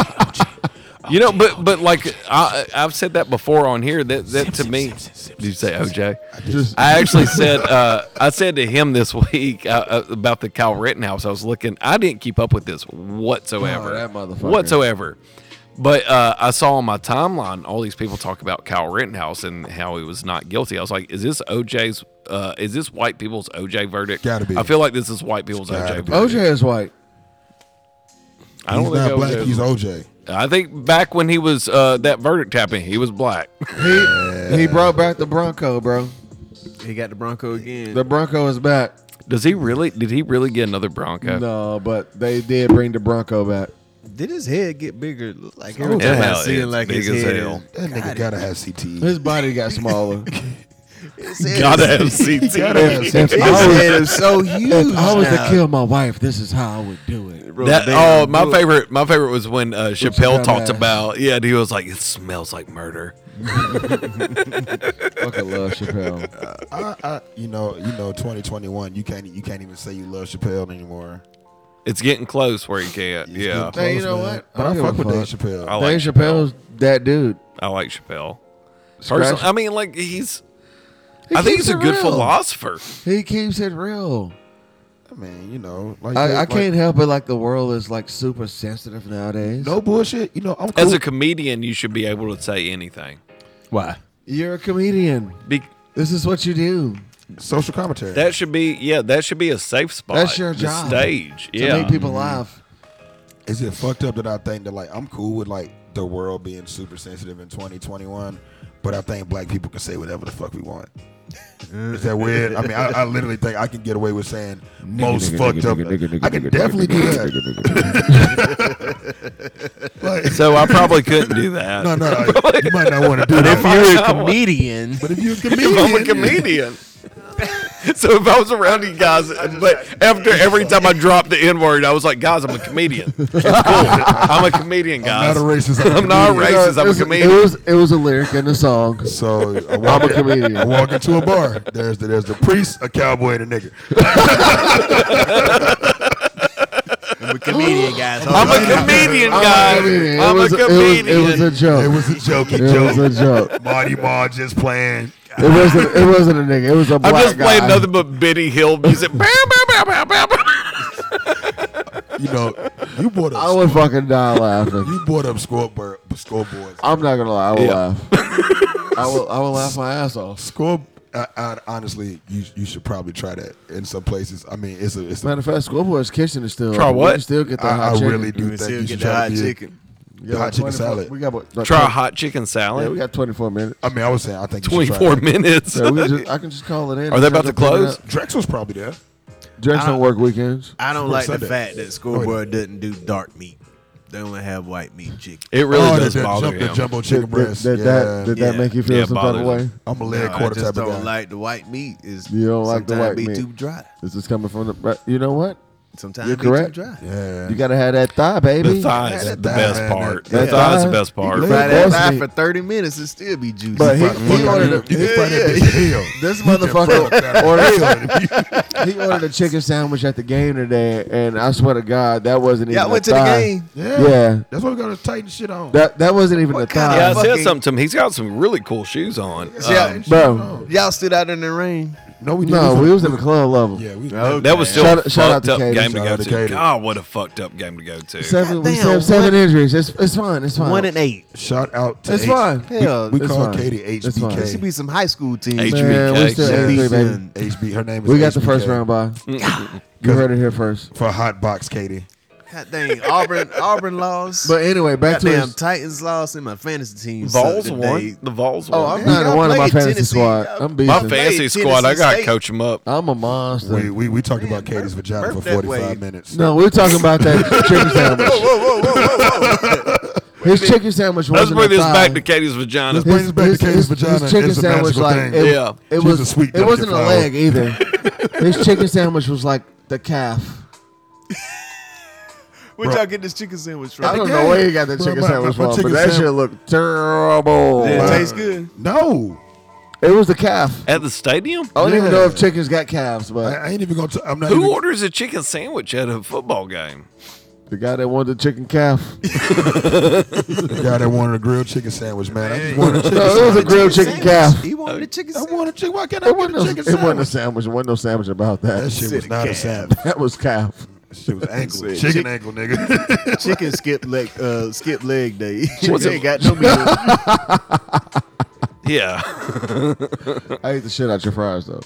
You know, but but like I, I've said that before on here. That that to me, did you say OJ?
Just
I actually said uh, I said to him this week uh, uh, about the Kyle Rittenhouse. I was looking. I didn't keep up with this whatsoever,
Oh, that motherfucker.
whatsoever. But uh, I saw on my timeline all these people talk about Kyle Rittenhouse and how he was not guilty. I was like, is this OJ's uh, is this white people's OJ verdict?
Gotta be.
I feel like this is white people's
Gotta
OJ.
be.
Verdict.
OJ is white.
I don't
he's not
think
black.
OJ
He's OJ.
I think back when he was uh, that verdict happened, he was black.
He he brought back the Bronco, bro.
He got the Bronco again.
The Bronco is back.
Does he really? Did he really get another Bronco?
No, but they did bring the Bronco back.
Did his head get bigger? Look Like every
Oh,
time I
hell,
see
it's
him, like
big
his
as
head.
hell.
is-
That nigga gotta have E. CTE.
His body got smaller.
His head
Gotta
is-
have CT.
Gotta have CTE.
His
Oh,
head is so huge.
if I was to
now.
kill my wife, this is how I would do it.
Bro,
That,
they
oh,
do
my
it.
favorite, my favorite was when uh, Chappelle
Chappelle
talked
had.
about. Yeah, and he was like, "It smells like murder."
Fucking love Chappelle.
I, I, you know, you know, 2021. You can't, you can't even say you love Chappelle anymore.
It's getting close where you can't.
It's
Yeah,
getting
Hey, you know
man.
what?
But
I
I,
don't
fuck
give
with
a
Dave
fuck.
Chappelle.
I like
Dave Chappelle's that dude.
I like Chappelle.
Scratch-
Person, I mean, like he's.
He
I think
keeps
he's a
it
good
real.
philosopher.
He keeps it real.
I mean, you know, like
I, I
like,
can't help it. Like the world is like super sensitive nowadays.
No bullshit. You know, I'm cool.
As a comedian, you should be able to say anything.
Why?
You're a comedian.
Be-
This is what you do
social commentary.
that should be yeah. That should be a safe spot.
That's your
the
job.
Stage.
to
Yeah.
make people laugh.
Is it fucked up that I think that like I'm cool with like the world being super sensitive in 2021, but I think black people can say whatever the fuck we want.
Mm.
Is that weird? I mean, I, I literally think I can get away with saying most fucked up. I can definitely do that. Like,
so I probably couldn't do that.
no, no, no, you might not want to do that.
You're a comedian.
But if you're a
if I'm a
comedian,
comedian. so if I was around you guys, but after every time I dropped the N word, I was like, guys, I'm a comedian. It's cool. I'm a comedian, guys.
not a racist. I'm a
I'm not a
comedian.
racist. I'm a
It's-
comedian.
It was it was a lyric in the song.
so I walk,
I'm a comedian.
I walk into a bar. There's the, there's the priest, a cowboy, and a nigga.
I'm a comedian, guys.
I'm a comedian, guys.
It
I'm a
was- it was-
comedian.
It was a
It
joke.
was a jokey
Oh. It was a
joke.
joke.
Marty Mar just playing.
It wasn't. It wasn't a nigga. It was a
I'm
black
just
guy.
playing nothing but Benny Hill music. Bow, bow, bow, bow, bow, bow.
You know, you bought
I
up
would fucking die laughing.
You brought up scoreboard, scoreboards.
I'm not gonna lie. I will
Yeah.
laugh. I will. I will laugh my ass off.
Score. I, I, honestly, you you should probably try that in some places. I mean, it's a it's. A,
Matter of fact, Schoolboy's kitchen is still.
Try
open.
what?
You can still get the
I,
hot
I
chicken.
really do
You can
think
still
you should
get the
try
hot
to be a-
chicken.
We got
the hot chicken
24
salad.
We got what, like,
Try a
20
hot chicken
Oh, Yeah, we
salad.
got 24 minutes.
I mean, I was saying I think you should try
24
that.
minutes.
Yeah, we just, I can just call it in.
Are they about to close?
Drex was probably there.
Jackson
I-
don't work weekends.
I don't
It's
like the
Sunday.
fact that Schoolboy doesn't do dark meat. They only have white meat chicken.
It really
oh,
does
the,
bother
jump, the
him.
jumbo
Did,
chicken
did,
breast.
did
yeah.
that did that
Yeah.
make you feel
Yeah, it
some type of
bothers
way?
him.
I'm a leg
No,
quarter
I just
type of
don't
guy.
like the white meat. Is
You don't like the white
be
meat.
too dry.
Is this coming from the? but You know what?
Sometimes
You're
it be too
correct.
dry.
yeah.
You gotta have that thigh, baby.
The thigh is the
That thigh,
best
man,
part.
that-
The
that
thigh is the
thigh.
best part.
You
Fry
Of
that
course
thigh
we-
for 30 minutes and still be juicy.
But he,
Fuck,
he
fuck,
ordered
you-
a,
you
he-
fry that bitch hell.
this
Fuck
motherfucker
that.
ordered he ordered a chicken sandwich at the game today, and I swear to God, that wasn't even.
Y'all
a
went to the
thigh.
game?
Yeah.
Yeah.
That's why we gotta tighten shit on.
That that wasn't even
What
a
kind of
thigh.
Yeah, I said
fucking-
something to him. He's got some really cool shoes on.
Yeah. Oh.
Tighten shit
Bro.
on.
Y'all stood out in the rain.
No, we didn't.
No, we was in the club level.
Yeah, we.
Okay.
That was still
Shout-
a
shout out
fucked
to
up
Katie.
game to
Shout
go
out to
to.
Katie.
God, what a fucked up game to go to.
Seven, we
Goddamn,
have seven
one-
injuries. It's it's fine. It's fine.
One and eight.
Shout out to
It's
H-
fine.
We,
Hell,
we
it's
call
fine.
Katie
It's fine.
There should
HBK.
be some high school teams.
H-
Man, we
HBK.
still
Yeah.
eighth grade, baby.
Beefing.
HB. Her name is.
We got the
HBK.
first round by. You heard it here first.
for hot box, Katie.
God dang, Auburn, Auburn lost.
But anyway, back to
Goddamn,
his,
Titans lost and my fantasy team. sucked
Vols
today.
won. The Vols won.
Oh, I'm
Yeah,
not
I
in one of my
played
fantasy
Tennessee.
squad.
I-
I'm
My
beating.
fantasy
Played
squad, I
Tennessee
got to
State.
coach them up.
I'm a monster.
We we, we talked about
Man,
Katie's
burp-
vagina for
burp that
45
way.
minutes.
no, we were talking about that chicken sandwich.
Whoa, whoa, whoa, whoa, whoa.
His chicken sandwich
Let's
wasn't
bring
a
this
thigh.
back to Katie's vagina.
Let's bring this back to
his-
Katie's
his-
vagina.
His chicken
It's a
sandwich,
magical
like
thing.
it,
Yeah.
it
She's
was
a sweet
It wasn't a
delicate
leg either. his chicken sandwich was like the calf.
Where'd y'all get this chicken sandwich from?
I don't
the
know
game.
where he got that
Bro,
chicken
my- my-
sandwich
my
from, but
chicken
that
sandwich-
shit looked terrible.
Did it
Wow.
taste good?
No,
It was the calf.
At the stadium?
I don't even
Yeah.
know if chickens got calves,
I,
but
I ain't even gonna. T- I'm not.
Who
even,
orders a chicken sandwich at a football game?
the guy that wanted the chicken calf.
the guy that wanted a grilled chicken sandwich, man? I just wanted a chicken.
No, it was a grilled chicken calf.
He wanted a chicken
I
sandwich.
wanted a chicken. Why can't I
It
get
wasn't,
a
a,
chicken
it wasn't a
sandwich?
sandwich. It wasn't no sandwich about
That
that.
shit was
Chicken
not a
calf.
sandwich.
That was calf.
Shit was ankle.
Chick-
Chicken ankle, nigga.
Chicken skip leg, uh, skip leg day.
What's
They
it-
got no meat.
Yeah.
I ate the shit out your fries though.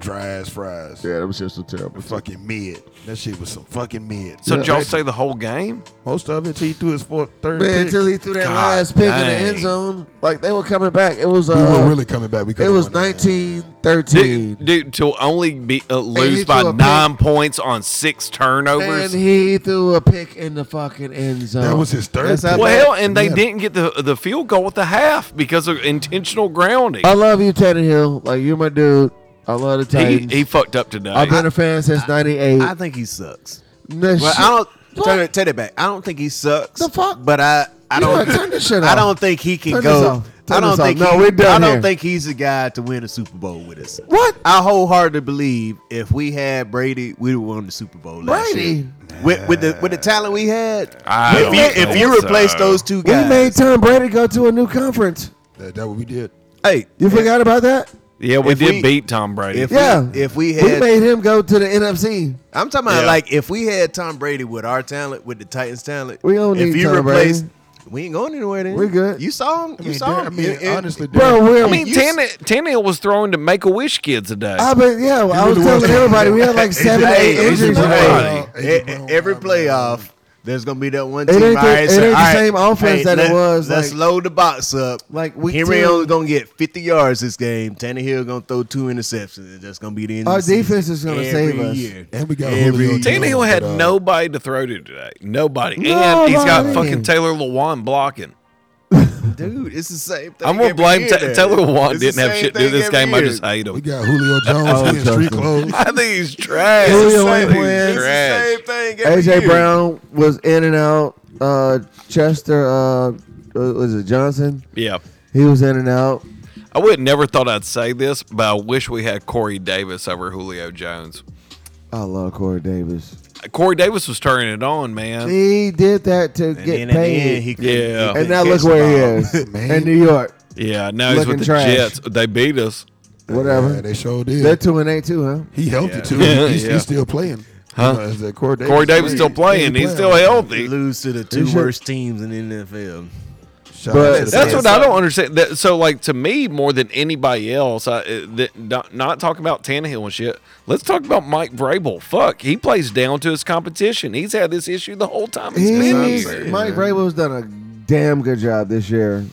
dry ass fries.
Yeah, them shits were terrible.
Fucking mid. That shit was some fucking mid.
So
So
did y'all say the whole game?
most of it till he threw his fourth, third
Man,
pick.
until he threw that
God
last pick in
dang.
the end zone, like they were coming back. It was uh,
we were really coming back. We
it
could've
was
won that game.
nineteen
Dude,
thirteen,
dude to only be uh, lose
hit
by
you a
nine points on six
and
turnovers.
he threw a pick in the fucking end zone.
That was his third.
That's how
pick.
bad-
well, and they
Yeah.
didn't get the the field goal at the half because of intentional grounding.
I love you, Tannehill. Like you're my dude. I love the
He,
Titans.
he fucked up today.
I've been a fan since '98.
I think he sucks.
No
Well,
shit.
I don't
What?
turn it, take it back. I don't think he sucks.
The fuck?
But I, I
You
don't.
gotta turn this shit
I
off.
don't think he can
Turn this
go.
off.
I
Turn
don't
this off.
think.
No,
he,
we're done
I don't
here.
think he's a guy to win a Super Bowl with us.
What?
I wholeheartedly believe if we had Brady, we'd have won the Super Bowl last
Brady?
year. With, with the with the talent we had,
I
if you,
don't
if you
think
replace
so.
those two
we
guys,
made Tom Brady go to a new conference.
That, that what we did.
hey,
You forgot about that?
yeah, we
if
did
we-
beat Tom Brady.
if
Yeah.
we, if we
We
had
made him go to the NFC.
I'm talking about
Yeah.
like if we had Tom Brady with our talent, with the Titans' talent,
We don't
if
need
you
Tom
replace,
Brady.
we ain't going anywhere. Then
We good.
You saw him.
I
You
mean,
saw
Dar-
him.
I mean,
It- it-
honestly,
Bro, we're.
I mean,
you
Tanne- Tannehill was throwing to Make a Wish kids today.
I bet, yeah, I was
really
telling
was.
everybody we had like seven,
Hey,
eight
it's
injuries.
just-
in
hey,
there.
Right.
e- e- every playoff, there's gonna be that one
It
team.
ain't the-
all right,
it
so,
ain't the
all right,
same offense that it was,
Let's
like-
load the box up.
Like, week
Henry
two-
only gonna get 50 yards this game. Tannehill gonna throw two interceptions. That's gonna be the end. of
Our
the season.
defense is gonna
Every
save us.
year.
And we got
Every
Julio
year.
Tannehill had
But, uh,
nobody to throw to today. Nobody. And he's got
Nobody.
fucking Taylor Lewan blocking.
dude. It's the same thing.
I'm gonna
every
blame
year
Ta-
now.
Taylor Lewan
It's the
didn't have
same
shit to do
thing
this
every
game. I
year.
just hate
We
him.
got Julio Jones in street clothes.
I think he's trash.
Julio
I think
ain't playing.
he's trash.
thing.
AJ Brown was in and out. Uh, Chester, uh, uh, was it Johnson?
Yeah.
He was in and out.
I would never thought I'd say this, but I wish we had Corey Davis over Julio Jones.
I love Corey Davis.
Corey Davis was turning it on, man.
He did that to get paid.
he
couldn't- he Yeah.
and now look where he is
Man.
in New York.
Yeah, now he's
Looking
with the
trash.
Jets. They beat us.
Whatever.
Yeah, they showed
They're
it.
two and eight too, huh?
He healthy too.
Yeah,
he's,
yeah.
he's still playing.
Huh?
Uh, is that Corey Davis,
Corey Davis still playing. He's still healthy.
lose to the two
should-
worst teams in the NFL.
Shout
But-
out to
That's
the-
what I don't understand. That, so, like to me, more than anybody else, I, uh, that, not, not talking about Tannehill and shit. Let's talk about Mike Vrabel. Fuck, he plays down to his competition. He's had this issue the whole time he's been
He's,
here.
Mike Vrabel's done a damn good job this year.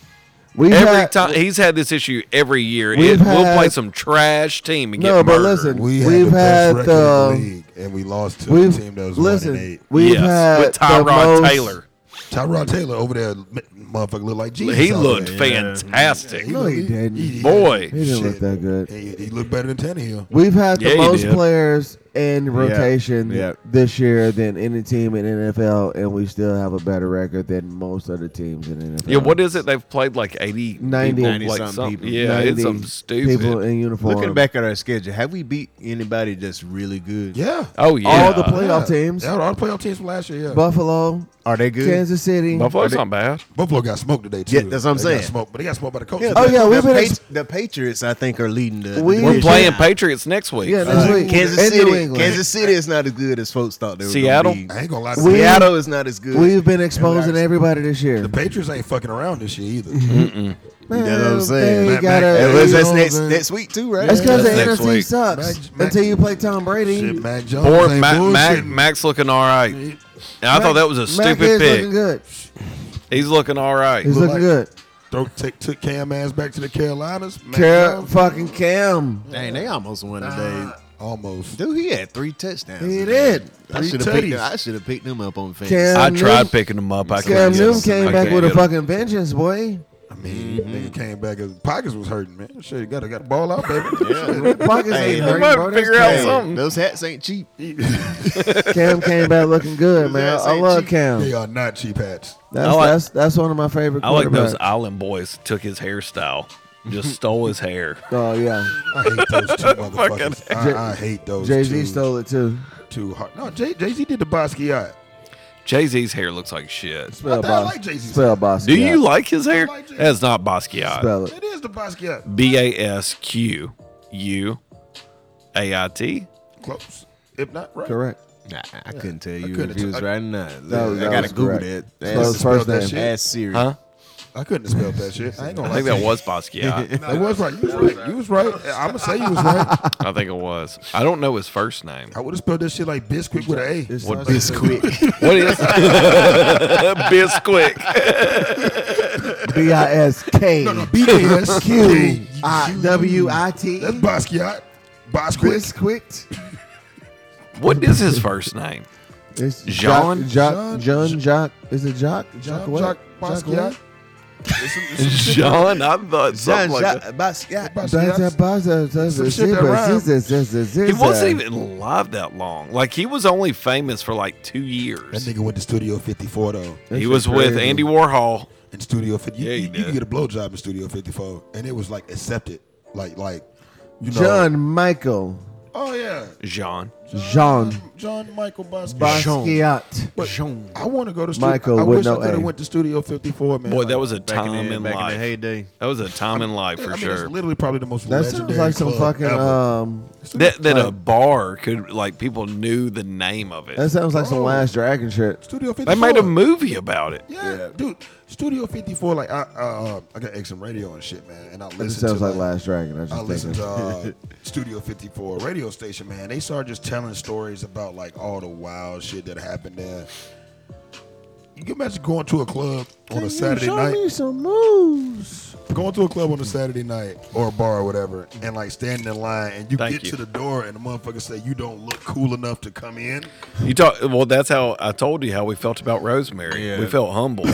We
Every
had,
time he's had this issue every year.
We've
It- we'll play
had-
some trash team and get
No, but
murdered.
listen,
We have
We've had,
had the best record
um,
in the league, and we lost to a
we've
team that was
listen.
one and eight.
We've
Yes,
had
with
the
Tyrod
most-
Taylor,
Tyrod Taylor over there, m- motherfucker, looked like Jesus.
he
out
looked
there.
fantastic.
No, he didn't.
Boy,
He didn't look
Shit.
that good.
He, he looked better than Tannehill.
We've had the
Yeah, you
most
did.
players in rotation
Yeah.
this year than any team in NFL, and we still have a better record than most other teams in NFL.
yeah. What is it? They've played like eighty,
90
people, like
90-something
something.
people.
Yeah, it's
90
something stupid.
People in uniform.
Looking back at our schedule, have we beat anybody that's really good?
Yeah.
oh yeah,
all the playoff
Yeah.
teams,
Yeah, all the playoff teams from last
uh,
year, yeah.
Buffalo,
Are they good?
Kansas City.
Buffalo's not bad.
Buffalo got smoked today, too.
Yeah, that's what I'm
They
saying.
Got smoked, but they got smoked by the coach.
Oh, yeah,
the,
we've been
Patri-
ex-
the Patriots. I think are leading the.
We-
the
We're
We're
division.
playing Patriots next week.
Yeah,
Uh,
next week.
Kansas
in New
City.
England.
Kansas City is not as good as folks thought they were. gonna
Seattle?
be.
I ain't going to lie to
We-
you.
Seattle is not as good.
We've been exposing everybody this year.
The Patriots ain't fucking around this year either.
Mm-hmm. Man,
That's what I'm saying.
They
Mac- Mac-
got
Hey,
Hey,
what's-
you
that's
know,
next
man.
next week too, right?
That's because the
That's next
NFC
week.
sucks
Mac- Mac-
until you play Tom Brady.
Shit, Mac Jones
Or
ain't
Mac, Mac,
bullshitting.
Mac's looking all right. And I thought that was a
Mac
stupid
is
pick.
Looking good.
He's looking all right.
He's
Look
looking
like-
good.
Throw, take, took Cam ass back to the Carolinas. Mac
Car-
Jones,
fucking Cam.
Dang, they almost won today.
Almost.
Dude, he had three touchdowns.
He
today.
did.
I
Three
should have picked.
tutties.
Them, I should have picked them up on fantasy.
Cam
I
Newton-
tried picking him up. I
Cam
couldn't get
Newton
him. I
came back
couldn't
with a
get him.
fucking vengeance, boy.
I mean,
Mm-hmm.
nigga came back. His pockets was hurting, man. Shit, you gotta got the ball out, baby.
Pockets
Hey,
ain't
they
hurting,
might
bro.
figure
That's
out
Cam.
something. something.
Those hats ain't cheap.
Cam came back looking good, man.
ass
I
ain't
love
cheap.
Cam.
They are not cheap hats.
That's,
I like-
that's that's one of my favorite.
I like those
quarterbacks.
Island boys. Took his hairstyle, just stole his hair.
Oh yeah,
I hate those two motherfuckers. I, I hate those
Jay
two.
Z stole it too.
too hard. No, Jay Z did the Basquiat.
Jay Z's hair looks like shit.
Spell
I thought I
boss.
liked Jay-Z's
Spell
hair.
boss.
Do
yeah.
you like his hair?
like Jay-Z.
That's not Basquiat.
Spell it.
It is the Basquiat.
B A S Q U A I T.
Close, if not right.
Correct.
Nah, I couldn't tell you
couldn't
if he
tell-
was
I-
right or not.
That
I
was- that
gotta
was
Google
correct.
that.
Spell his
Ask,
spelled
first
that
name.
shit.
ask Siri.
Huh?
I couldn't have spelled that shit. I ain't gonna
I think
lie
that
to
was Basquiat.
you. It was right. You was right. You was right. I'm gonna say you was right.
I think it was. I don't know his first name.
I would have spelled this shit like Bisquick with an
It
A.
starts with
What is Bisquick?
B I S K
B S
Q I W I T. E.
That's Basquiat. Basquiat.
Bisquick.
What is his first name?
It's
Jean?
Jock. John. Jock. Is it Jock? Jock what?
Jacques
Jock
Basquiat.
what?
It's some- it's some shit-
John. I thought something like that.
Basa-
Basquiat.
basa-
Some
zaza-
shit that
ziba-
rhymes.
ziza- ziza-
He
ziza.
wasn't even alive that long. Like he was only famous for like two
That
years.
nigga went to Studio 54 though.
That
He
shit
was with
crazy.
Andy Warhol.
In Studio 54,
Yeah,
you,
he
you, you
did.
could get a blowjob in Studio 54, and it was like accepted. Like like, you know.
John Michael
Oh yeah. Um,
John.
Jean
John Michael Basquiat.
Basquiat.
But
Jean.
I want to go to Studio.
Michael
I
with
wish I
no
could have
A.
went to Studio 54, man.
Boy,
Like,
that was a
Back
time
in
in,
the, back in the
life.
heyday.
That was a time in life
I
for
mean,
sure.
It's literally probably the most
That sounds
legendary
like some
club
fucking
ever.
um.
That uh, that a bar could like people knew the name of
That
it.
sounds like some
Oh.
Last Dragon shit.
Studio 54.
They made a movie about it.
Yeah, dude. Studio 54. Like I, uh, I got XM radio and shit, man, and I
That
listen
sounds
to
like Last Dragon. I
I
just
listened
think.
to uh, Studio 54 radio station, man. They started just telling stories about like all the wild shit that happened there. You can imagine going to a club on a Saturday night,
some moves.
going to a club on a Saturday night or a bar or whatever, and like standing in line, and you
Thank
get
you.
to the door, and the motherfucker say you don't look cool enough to come in.
You talk well. That's how I told you how we felt about Rosemary.
Yeah.
We felt humble.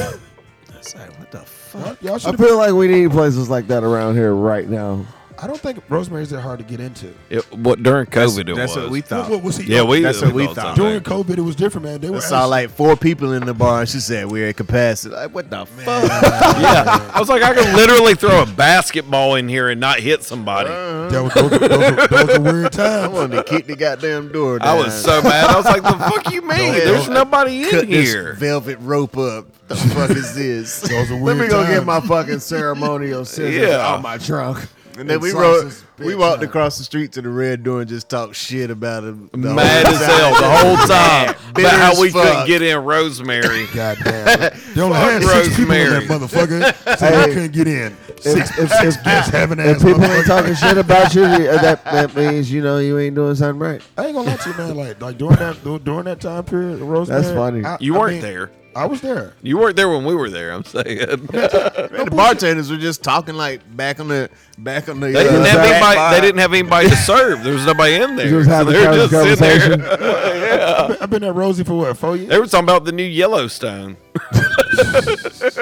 It's like, what the fuck?
Y'all- Y'all
I
should.
feel like we need places like that around here right now.
I don't think Rosemary's that hard to get into.
it, what during
That's,
COVID it
that's
was.
what we
What,
thought.
what was he?
yeah, we.
That's what we
thought.
thought.
something.
during COVID it was different, man. They were
I saw
actually-
like four people in the bar, and she said we're at capacity. Like, what the fuck?
yeah, I was like, I could literally throw a basketball in here and not hit somebody.
That was, those, were- those were- those were weird
I
times.
wanted to kick the goddamn door.
I
Down.
was so mad. I was like, the fuck you mean? There's
don't
nobody
cut
in
this
here.
velvet rope up. The fuck is this?
Those were
Let
weird
me go get
times.
my fucking ceremonial scissors
Yeah.
out my trunk.
And then we rode,
Sauce's
we
bitch
walked
up.
across the street to the red door and just talked shit about him. the
Mad
whole
as
time.
hell the whole time
Bitter
about
as
how we
fuck.
couldn't get in Rosemary.
God damn. They only had six people in that
Rosemary.
motherfucker, so they
Hey.
couldn't get in. Six,
If, if,
six
if,
just having ass
if people
motherfucker.
ain't talking shit about you, uh, that, that means you know you ain't doing something right.
I ain't gonna lie to you, man. Like, like during that du- during that time period, Rosemary.
funny.
I-
You
I
weren't
mean,
there.
I was there.
You weren't there when we were there. I'm saying
Man, the bartenders were just talking like back on the back on the.
they
uh,
didn't have
back
anybody.
bar.
They didn't have anybody to serve. There was nobody in there.
Just
So
having
they were
a
just sitting
conversation.
there.
I've been, I've been at Rosie for what four years.
They were talking about the new Yellowstone.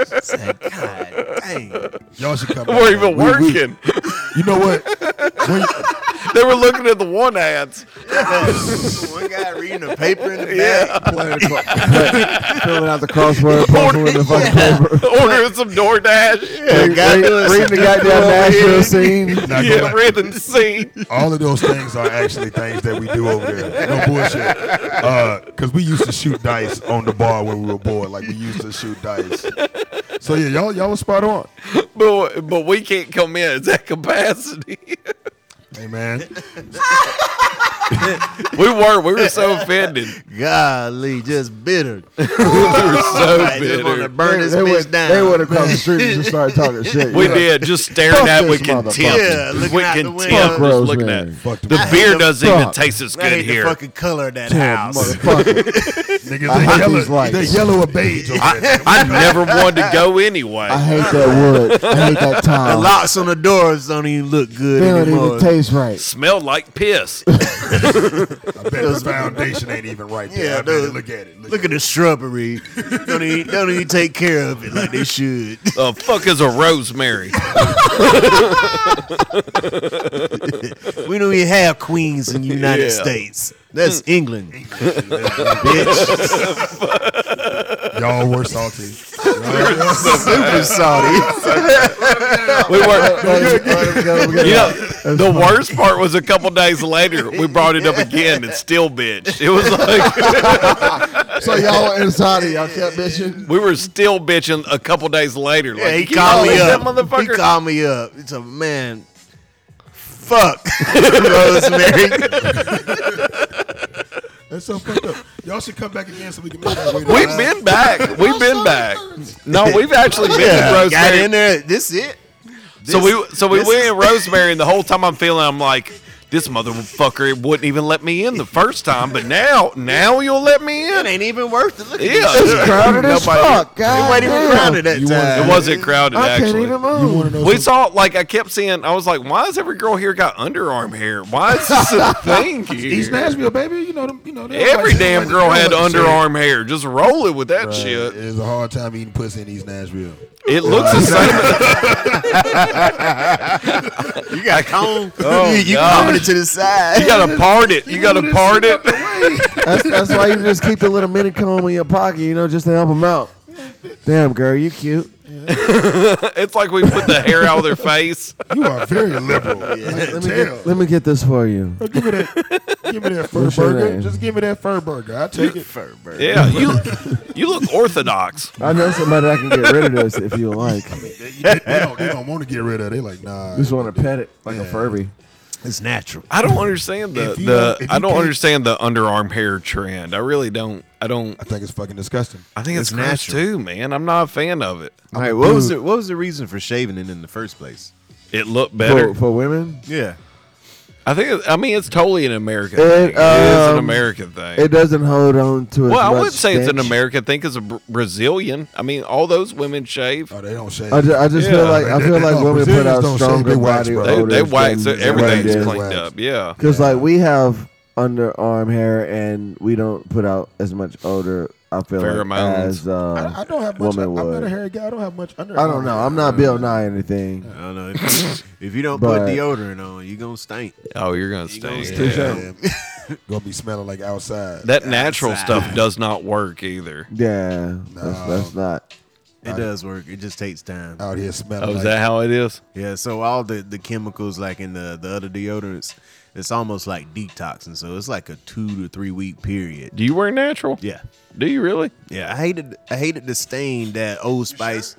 God dang.
Y'all should come.
We're
back, man.
even
We- we-
working.
you know what? When-
they were looking at the one ads.
One guy reading the paper in the back. Playing the clock.
Filling out the crossword puzzle in the fucking paper.
ordering some DoorDash.
The
Read-
guy doing
read- Reading the
something
goddamn
over
Nashville
here.
scene.
Nah, go
Yeah,
back.
rhythm scene.
All of those things are actually things that we do over there. No bullshit. Because we used to shoot dice on the bar when we were bored. Like we used to shoot dice. So yeah, y'all y'all was spot on.
But but we can't come in at that capacity.
Hey man,
we were we were so offended.
Golly, just bitter.
We were so
Like, just want to
bitter.
burn this
they
bitch
would,
down.
They would have come the street and just started talking shit.
We
Yeah.
did just staring
Fuck
at it with
this motherfucker.
contempt.
Yeah, looking
with
out the
contempt,
window.
just
Fuck
looking at.
Rosemary.
it.
fuck the
The beer
the
doesn't even
fuck.
taste as
I
good
hate the
here.
fucking color of that
Damn,
house.
motherfucker.
niggas.
I
They
hate
yellow,
these lights.
they yellow or beige over there. man.
I never wanted to go anyway.
I hate that wood. I hate that
The
tile.
locks on the doors don't even look good
They don't
anymore.
even taste right.
Smelled like piss.
I bet the foundation ain't even right there.
Yeah,
I bet it-
dude.
look at it. Look,
Look at the shrubbery. don't even don't even take care of it like they should.
The fuck is a rosemary?
We don't even have queens in the United
Yeah. Mm.
States. That's England.
it. Y'all were salty.
Super salty.
We were.
Let us go, we got-
You know, the worst part was a couple days later. We brought it up again and still bitch. It was like
So y'all were inside and y'all kept bitching.
we were still bitching a couple days later. Like,
Yeah, he
"Can you
called me
believe
up.
That motherfucker.
He called me up. It's a man. Fuck Rosemary.
That's so fucked up. Y'all should come back again so we can make that way. to
We've
the-
been back. We've been back. No, we've actually been to
Yeah, got
Rosemary.
in there. This it.
so
This-
we so we
this
went
is-
in Rosemary, and the whole time I'm feeling, I'm like, this motherfucker wouldn't even let me in the first time, but now now you'll let me
It
in.
ain't even worth it. Look at
Yeah.
this.
It's
crowded as
Nobody-
fuck,
It wasn't even
goddamn.
crowded that
You wanna-
time.
It wasn't crowded
I can't
actually.
even
You want to
move.
know?
We
something?
saw like I kept seeing. I was like, why is every girl here got underarm hair? Why is this a thing here?
East Nashville, baby. You know them. You know they
Every
like- they
damn
like-
girl
they
had
like the
underarm hair. Just roll it with that
shit. Bruh,
shit.
It is a hard time eating pussy in East Nashville.
It looks the same.
You got cone.
Oh,
you you
God.
coming to the side.
You gotta part it. You gotta part it.
That's, that's why you just keep the little mini comb in your pocket, you know, just to help them out. Damn, girl, you cute.
It's like we put the hair out of their face.
You are very liberal.
Let me,
Damn.
get, let me get this for you.
give me that. Give me that fur
What's your
burger.
name?
Just give me that fur burger. I take it.
Fur burn.
Yeah, you you look orthodox.
I know somebody I can get rid of this if you like.
they, don't, they don't want to get rid of. it. They like nah.
Just want to pet it like a
Yeah.
Furby.
It's natural.
I don't understand the
If you
the
don't- if
I
you
don't
can't-
understand the underarm hair trend. I really don't. I don't.
I think it's fucking disgusting.
I think it's,
It's
gross
natural.
too, man. I'm not a fan of it.
All right, what was
dude.
the what was the reason for shaving it in the first place?
It looked better.
For, for women,
Yeah.
I think. It, I mean, it's totally an American.
It,
thing. it is an
um,
American thing.
it doesn't hold on to as
well, I
much
wouldn't say it's an
stench.
American thing because Bra- Brazilian. I mean, all those women shave.
Oh, they don't shave.
I just, I just
Yeah.
feel like I feel like
No,
women put
Brazilians
out
don't shave,
stronger
they wax,
body
bro.
They,
odors.
they wax.
than
it.
they
Everything's
wax.
cleaned
Wax.
up. Yeah.
Because like we have underarm hair and we don't put out as much odor. I feel like
Pheromones.
as um,
I, I don't have much.
woman
I'm not
would.
a hairy guy. I don't have much under.
I don't know. I'm not Bill Nye or anything.
I don't know. If, if you don't
But-
put deodorant on, you gonna stink.
Oh, you're gonna
gonna
stay.
stay.
yeah.
Yeah. Gonna be smelling like outside.
That natural
Outside.
stuff does not work either.
Yeah, that's, that's not.
It does work. It just takes time.
out here smelling.
Oh, is
like,
that how it is?
Yeah, so all the, the chemicals like in the, the other deodorants, it's almost like detoxing. So it's like a two to three week period.
Do you wear natural?
Yeah.
Do you really?
Yeah. I hated I hated the stain that Old Spice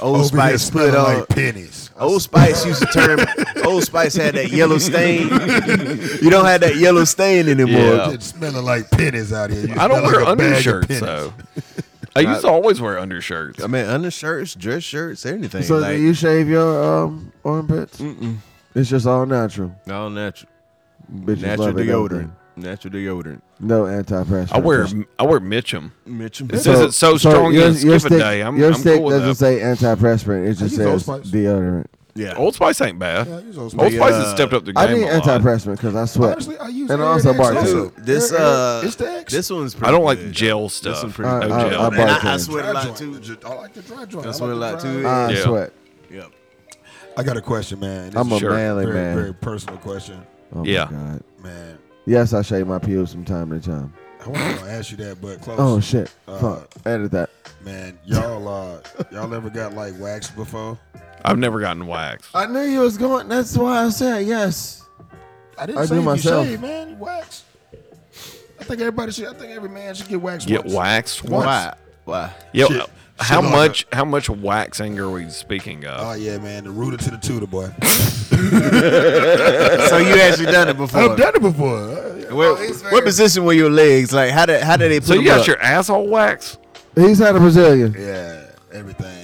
Old
over here
Spice Oh, put
smelling
on
like pennies.
Old Spice used to turn. Old Spice had that yellow stain. You don't have that yellow stain anymore.
Yeah.
It's smelling like pennies out here. You
I don't
smell like
wear
a bag of
undershirts
pennies.
though. I used to always wear undershirts.
I mean, undershirts, dress shirts, anything.
So
like,
do you shave your um, armpits? It's just all natural.
all natural,
Bitches
natural
love it, don't
deodorant, natural deodorant.
they? No antiperspirant.
I wear I wear Mitchum.
Mitchum.
It says it's so strong you can skip a
stick,
day. I'm,
your
I'm
stick
cool with
doesn't
that.
say antiperspirant. It just
use Old
says
Spice.
deodorant.
yeah.
Old Spice ain't bad.
Yeah, I use Old
Old
Spice.
Spice has
Yeah.
stepped up the game.
I need
a lot.
antiperspirant because I sweat.
uh, Honestly, I use
And
Air
also
X
bark
also.
too.
this
Air X-
uh,
it's the X.
this one's. Pretty
I don't like
good.
gel
This
stuff.
one's
No
pretty
I-
good.
I-
gel.
I
and
bark
I, I
it.
sweat a
Dry joint.
lot too.
I like the dry joint.
I
like
sweat a
the dry-
lot, too.
I
Yeah.
sweat.
Yep.
I got a question, man. This
I'm
is
a
Sure.
manly
very,
man.
very personal question,
Oh my
Yeah.
God.
man.
Yes, I shave my pubes from time to time.
I wasn't gonna ask you that, but close.
Oh shit!
Uh,
Fuck. Edit that.
man, y'all, uh, y'all ever got like waxed before?
I've never gotten waxed.
I knew you was going. That's why I said yes.
I didn't
I
say
do
if
myself.
you shave, man. You wax. I think everybody should. I think every man should get waxed.
Get
once.
waxed once.
Why? Why?
Yo,
Shit.
how
Shit on
much? How much waxing are we speaking of?
Uh,
Oh yeah, man. The rooter to the tutor, boy.
so you actually done it before?
I've done it before. Uh, yeah.
Where- what position were your legs? Like how did how did they put
so you
them
got
up?
your asshole waxed?
He's had a Brazilian.
Yeah, everything.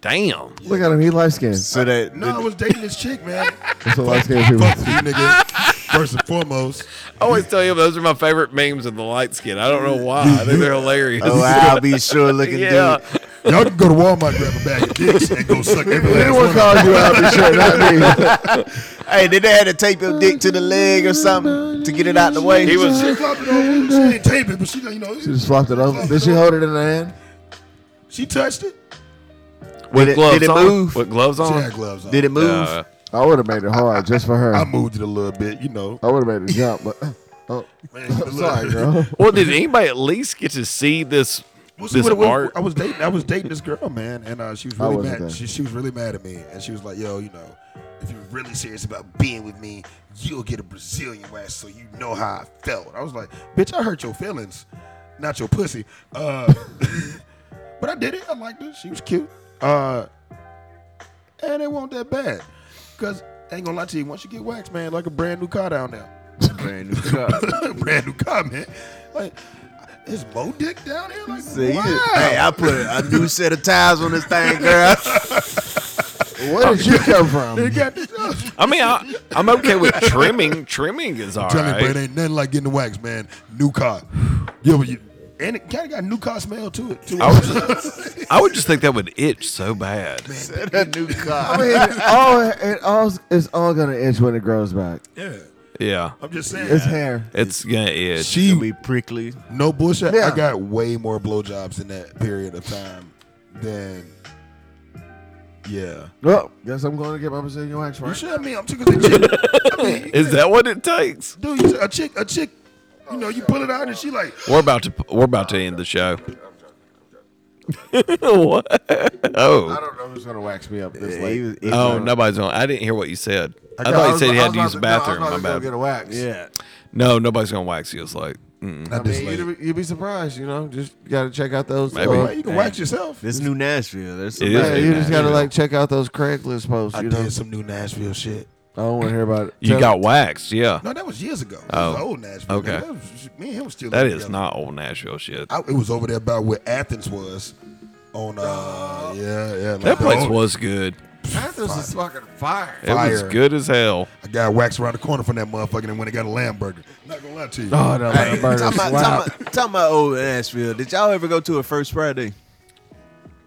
Damn.
Look at him. He light skinned.
so that
No, I was dating this chick, man.
That's what light skinned people.
Fuck you, nigga. First and foremost,
I always tell you those are my favorite memes of the light skin. I don't know why. I think they're hilarious.
oh I'll be sure looking
yeah.
dude.
y'all can go to Walmart, grab a bag of dicks, and go suck every last
Anyone
one.
called you out for shit, not me.
Hey, did they had to tape your dick to the leg or something to get it out the way?
He was-
She flopped it over. She didn't tape it, but she, you know,
She just flopped it over. Did she hold it in her hand?
she touched it.
With
Did it-
gloves
did it
on.
move?
With gloves
Oh.
She
on.
had gloves on.
Did it move?
Uh,
I would have made it hard just for her.
I
I
moved it a little bit, you know.
would have made it jump, but uh, oh,
Man, the
I'm sorry,
little-
girl.
well, did anybody at least get to see this
Well, see,
this
what it was-
art?
I
Oh.
was dating. I was dating this girl, man, and uh, she was
I
really
wasn't
mad.
there.
She, she was really mad at me, and she was like, "Yo, you know, if you're really serious about being with me, you'll get a Brazilian wax, so you know how I felt." I was like, "Bitch, I hurt your feelings, not your pussy." Uh, but I did it. I liked her. She was cute, uh, and it wasn't that bad. Cause ain't gonna lie to you, once you get waxed, man, like a brand new car down there.
Brand new car.
brand new car, man. Like, Is Bo Dick down here? Like,
See, you-
wow.
hey, I put a new set of tires on this thing, girl.
Where did you come from?
They got this- I'm
I mean, I, I'm okay with trimming. Trimming is all
telling you, bro, it
right.
ain't nothing like getting the wax, man. New car. Yeah, but you, and it kind of got new car smell to it. Too.
I would, just, I would just think that would itch so bad.
a new car.
I mean, it all, it all, it's all gonna itch when it grows back.
yeah,
Yeah,
I'm just saying.
It's hair.
it's gonna itch.
She
be prickly.
No bullshit.
Yeah.
I got way more blowjobs in that period of time than. Yeah.
Well, guess I'm going to get my Brazilian wax right.
You should. I mean, I'm chick. a chick. I mean,
Is that what it takes?
dude, you- a chick, a chick. You know, you pull it out and she like,
We're about to we're about to end the show. what?
I
Oh,
don't know who's gonna wax me up this
Yeah,
late.
he was- he-
oh, nobody's on. I didn't hear what you said. I,
got-
thought you
was-
said you
I
had
was
to use the
about no, I was
bathroom.
about
My
to go
bad.
Get a wax.
Yeah.
No, nobody's gonna wax you. It's like, mm.
not
I
this
mean,
late.
you'd, be- you'd be surprised, you know. Just gotta check out those. uh,
Maybe.
Well, you can
Hey.
wax yourself.
This new Nashville. There's some
It is
yeah,
new
you just gotta
Nashville.
like check out those Craigslist posts.
I
You
did
know,
some new Nashville shit.
I don't want to hear about it.
you
Tell-
got waxed. Yeah,
No, that was years ago. That
Oh.
was old Nashville.
Okay.
That was- me and him was still.
that
living
is
together.
not old Nashville shit.
I, it was over there about where Athens was. On uh, yeah, yeah. like oh,
That
the
place
old-
was good.
Panthers is fucking fire.
It was
Fire.
good as hell.
I got waxed around the corner from that motherfucker and went and got a lamb burger. Not gonna lie to you.
Oh, that
Hey,
hey,
talking about,
burger
talking,
slap.
about, talking about old Nashville. Did y'all ever go to a First Friday?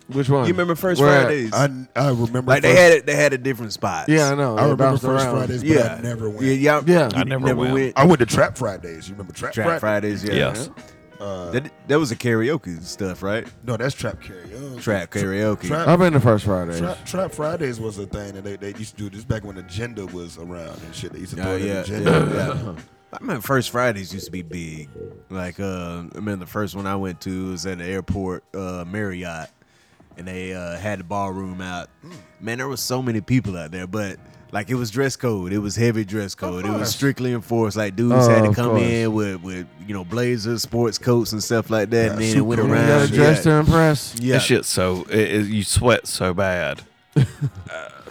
Which one?
You remember First
Where at?
Fridays?
I, I remember.
like they
first-
had it. They had a different spot.
Yeah, I know.
I
It
remember
bounced
first
around.
Fridays, but
Yeah.
I never went.
Yeah. Y'all,
Yeah. I
you
never went.
I went to Trap Fridays. You remember Trap,
Trap
Fridays?
Fridays. Yeah.
Yes.
that, that was a karaoke stuff, right?
No, that's Trap Karaoke.
Trap karaoke.
Trap,
I've been to First Fridays.
Trap, Trap Fridays was a thing that they, they used to do. This back when Agenda was around and shit. They used to throw
Oh
it in
yeah, yeah,
Agenda.
yeah. I remember First Fridays used to be big. Like uh, I mean, the first one I went to was at the airport uh, Marriott, and they uh, had the ballroom out. Man, there was so many people out there, but like it was dress code. It was heavy dress code. It was strictly enforced. Like dudes
Oh,
had to
of
come
course.
in with with you know blazers, sports coats, and stuff like that.
Yeah,
and then it
suit
went
coat.
You
around.
gotta dress
yeah.
to impress.
yeah.
That shit's so it, it- you sweat so bad.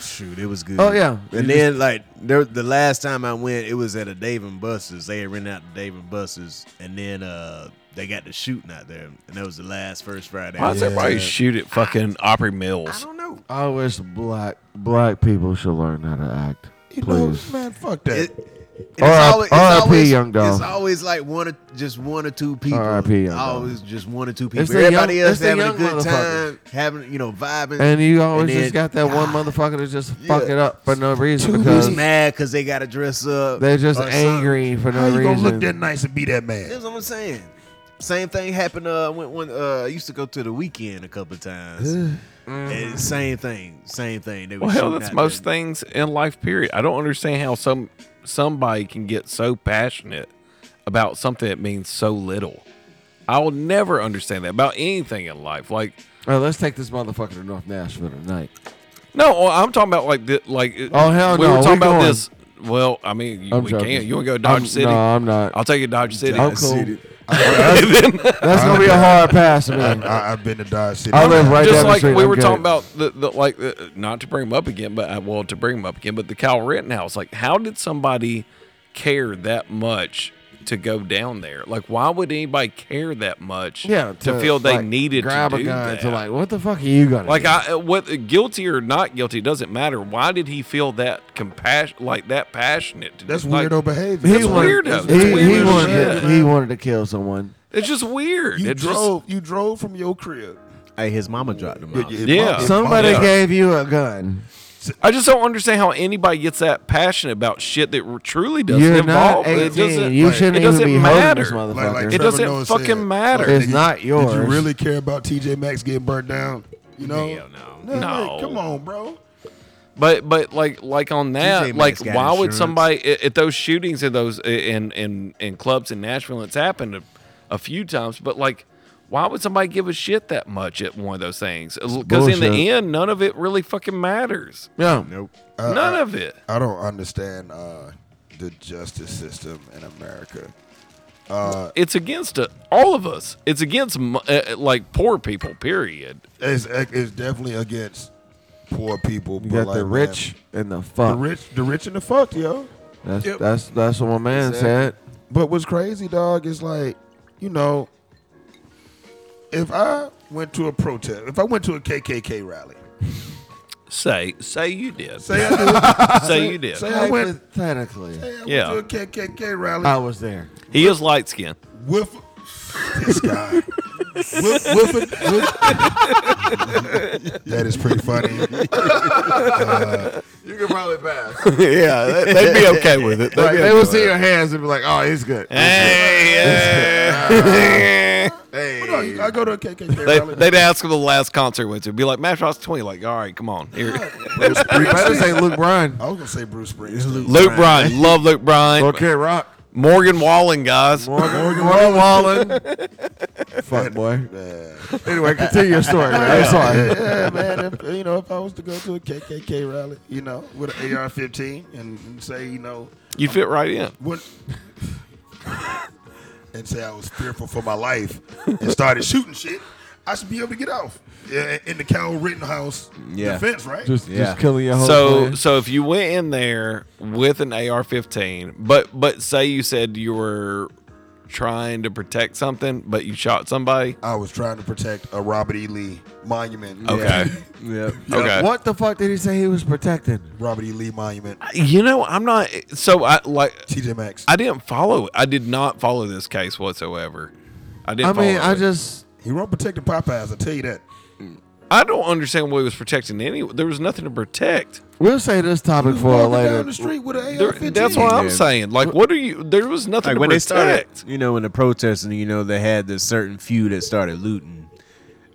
Shoot, it was good.
Oh, yeah.
And then like there, the last time I went, it was at a Dave and Buster's. They had rented out the Dave and Buster's, and then uh they got the shooting out there, and that was the last first Friday.
Why does
Yeah.
everybody shoot at fucking Opry
I
Mills?
don't know.
I wish black black people should learn how to act.
You know,
Please.
man, fuck that.
It, and it's
R.I.-
always- it's
R.I.P.
always-
Young Dog.
It's always like one or just one or two people.
R.I.P. Young Dog.
Always just one or two people.
It's the
Everybody
young-
else
it's the
having a
young
good
motherfuckers.
time, having you know vibing,
and you always
And then-
just got that one motherfucker that just fuck
Yeah.
it up for no reason
who's
because
mad because they got to dress up.
they're just
or something.
angry for
How
no
you gonna
reason.
look that nice and be that man?
That's what I'm saying. Same thing happened. Uh, when when uh, I used to go to the weekend a couple of times. And same thing. Same thing. They were
Well, hell,
shooting
that's
out
most
there.
things in life. Period. I don't understand how some somebody can get so passionate about something that means so little. I'll never understand that about anything in life. Like,
All right, let's take this motherfucker to North Nashville tonight.
no, well, I'm talking about like the, like. uh,
Oh, hell
we
no,
were
we
talking about
going.
this. Well, I mean, you,
I'm
we
joking.
can. You want to go to Dodge
I'm-
City?
No, I'm not.
I'll take you to Dodge City.
I'm cool.
City.
That's gonna be a hard pass for me.
I, I've been to Dodge City.
I live right down
Just
the
like
street,
we
I'm
were
good.
talking about the, the like the, not to bring him up again, but uh, well to bring him up again, but the Kyle Rittenhouse, like how did somebody care that much to go down there? Like why would anybody care that much?
Yeah,
to, feel they
like,
needed
grab
to
a
do
gun
that.
to like, what the fuck are you gonna
Like
do?
I, uh, what guilty or not guilty doesn't matter. Why did he feel that compassion, like that passionate? To
That's
do- like,
weirdo behavior.
He
That's
wanted-
weirdo.
weirdo.
He,
It's
he
weird as
wanted
shit,
to, he wanted to kill someone.
It's just weird.
You
It's just-
drove. You drove from your crib.
Hey, his mama dropped him out.
It-
Yeah.
it-
Somebody
yeah.
gave you a gun.
I just don't understand how anybody gets that passionate about shit that r- truly doesn't
You're
involve.
not
it doesn't.
18. You
like, it
shouldn't even
doesn't
be holding
matter.
this motherfucker.
Like- like
it
Trevor
doesn't
Noah
fucking
said,
matter.
did
It's not
Did you
yours.
really care about TJ Maxx getting burnt down? You know,
Hell no.
Nah, like,
No.
come on, bro.
But but like like on that,
TJ
like
Maxx got
why would
insurance.
somebody at, at those shootings at those in in in clubs in Nashville? It's happened a, a few times, but like. Why would somebody give a shit that much at one of those things? Because in
bullshit.
the end, none of it really fucking matters.
Yeah.
Nope.
none of it.
I don't understand uh, the justice system in America.
It's against uh, all of us. It's against mu- uh, uh, like poor people. Period.
It's, it's definitely against poor people.
You
but
got
like,
the
man,
rich and the
the
fuck.
rich, the rich and the fucked, yo.
That's
Yep.
that's that's what my man said.
But what's crazy, dog, is like, you know, if I went to a protest, if I went to a KKK rally,
Say, say you did. Say,
say I,
you did.
say I went,
Hypothetically,
say I
Yeah.
went to a KKK rally
I was there.
he is light skinned.
with this guy. With- with- with- that is pretty funny. Uh,
You can probably pass.
yeah, they- they'd be okay with it. They'd
Like,
be
they
okay
would
with
see
it.
your hands and be like, "Oh, he's good."
Hey, yeah.
No, I go to a KKK
they,
rally.
they'd ask him the last concert went to. Be like, Mash Ross 20. Like, all right, come on. Here.
Bruce
You
Springsteen.
better say Luke Bryan.
I was gonna say Bruce Springsteen.
Luke Bryan. Love Luke Bryan.
Okay, Rock.
Morgan Wallen, guys.
Morgan Wallen. Fuck boy. Anyway, continue your story. Man. I'm sorry.
yeah, man. If, you know, if I was to go to a KKK rally, you know, with an AR-15 and, and say, you know,
You fit right in.
what, and say I was fearful for my life and started shooting shit, I should be able to get off. Yeah, in the Cal Rittenhouse
Yeah.
defense, right?
Just,
Yeah.
just killing your whole.
So,
plan.
so if you went in there with an AR-15, but but say you said you were trying to protect something, but you shot somebody.
I was trying to protect a Robert E. Lee monument.
Okay.
Yep.
Okay.
what the fuck did he say he was protecting?
Robert E. Lee monument.
You know, I'm not. So I like.
TJ Maxx.
I didn't follow. I did not follow this case whatsoever. I didn't.
I mean,
follow
I
it.
just
he won't protect the Popeyes. I tell you that.
I don't understand what he was protecting. Any there was nothing to protect.
we'll say this topic for
Walking down
later.
the street with an
There-
AR-15.
that's what I'm
Yeah.
saying. Like, what are you? There was nothing
like
to
when they
protect.
started, you know, when the protesting, you know, they had this certain few that started looting,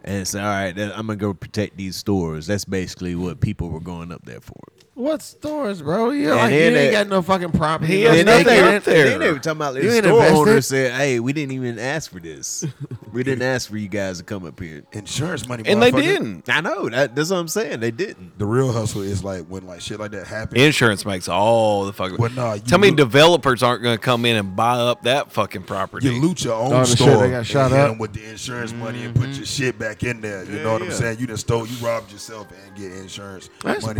and it's like, all right, then I'm gonna go protect these stores. That's basically what people were going up there for.
What stores, bro? Yeah,
And
like, you
then
ain't
they-
got no fucking property.
He
no
has
nothing.
nothing.
then
up there.
then they were talking about
You
the
ain't
store
invested?
owner said, "Hey, we didn't even ask for this. we didn't ask for you guys to come up here."
Insurance money.
and they
motherfucker.
didn't.
I know that, that's what I'm saying. They didn't.
The real hustle is like when like shit like that happens.
Insurance makes all the fucking.
Well, nah, you
Tell me,
look-
developers aren't going to come in and buy up that fucking property.
you loot your own
Oh, the shit
store
they got shot
and hit
up?
'em with the insurance money and
Mm-hmm.
put your shit back in there. You
Yeah,
know what I'm
yeah.
saying? You done stole, you robbed yourself and get insurance
That's
money.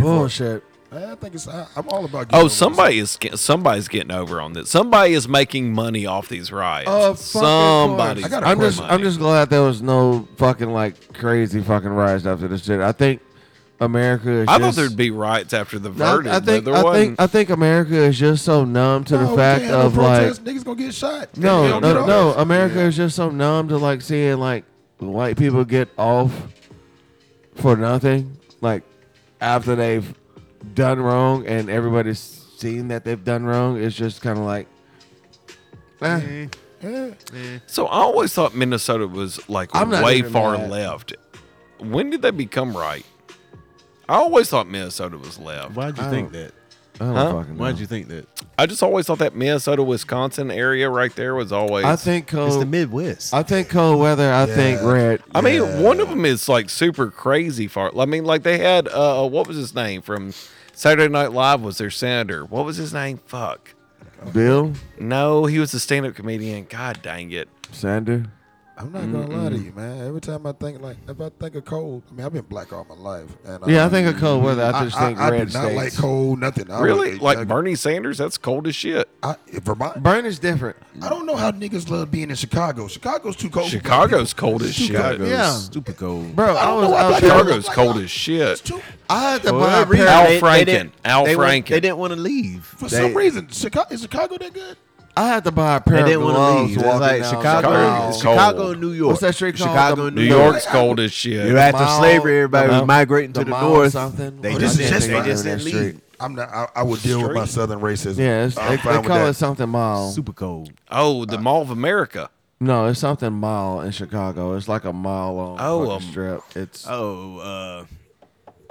For it.
bullshit.
I think it's. I, I'm all about. getting
Oh,
over
somebody is get- somebody's getting over on this. Somebody is making money off these riots.
Oh, fucking course.
Somebody's
I got a
I'm
making
just,
money.
I'm just glad there was no fucking like crazy fucking riots after this shit. I think America. Is
I thought
just,
there'd be riots after the
I,
verdict,
I think,
but there
I
wasn't.
think, I think America is just so numb to
myself. No,
the fact
we can't have
of
a
like,
protest. niggas gonna get shot. They
no,
don't
no,
get
no.
off.
America is just so numb to like seeing like white people get off for nothing, like after they've done wrong and everybody's seen that they've done wrong. It's just kind of like, eh.
so I always thought Minnesota was like
I'm not
way
even
far
mad.
left. When did they become right? I always thought Minnesota was left.
Why'd you
I
think
don't-
that?
I don't
Huh?
fucking know.
Why'd you think that?
I just always thought that Minnesota, Wisconsin area right there was always.
I think
It's
cold.
the Midwest.
I think cold weather. I think
Yeah.
red.
I mean,
Yeah.
one of them is like super crazy far. I mean, like they had uh, what was his name from Saturday Night Live was their senator. What was his name? Fuck.
Bill
No, he was a stand-up comedian. God dang it.
Sander.
I'm not gonna lie to you, man. Every time I think like if I think of cold, I mean I've been black all my life. And
Yeah, I
um,
think of cold weather. I just think
I,
red
do not like
states.
cold nothing. I
Really?
would-
Like
I-
Bernie Sanders? That's cold as shit.
I, Vermont.
Burn is different.
I don't know how niggas love being in Chicago. Chicago's too cold. for black
Chicago's cold as shit.
Chicago's
Yeah.
stupid cold.
Bro, I,
don't
was
know why
out
black
there.
people-
Chicago's cold as shit.
people. It's too-
I had to
For
buy a
whatever reason,
pair.
Al
they- they didn't-
Franken. Al
they weren't-
Franken.
They didn't want to leave.
For
They-
some reason, Chicago is Chicago that good?
I had to buy a pair
They
of
didn't want to
gloves.
leave. It's
walking
like
down
Chicago,
Chicago.
It's
Chicago,
cold.
and New York.
What's that street called?
Chicago,
The-
and
New
New York.
York's cold as shit.
You know, after
mile-
slavery, everybody
the
was
mile-
migrating to
the
the
mile
north.
something.
They
Oh,
just,
this is
didn't-
just
they
fine.
just
That
didn't
street.
leave.
I'm not. I, I would deal with my southern racism.
Yeah, it's,
I'm
they,
fine
they
with
call
that.
it something mile.
Super cold.
Oh, the Mall of America.
No, it's something mile in Chicago. It's like a mile long
Oh,
fucking
um,
strip. It's
Oh, uh,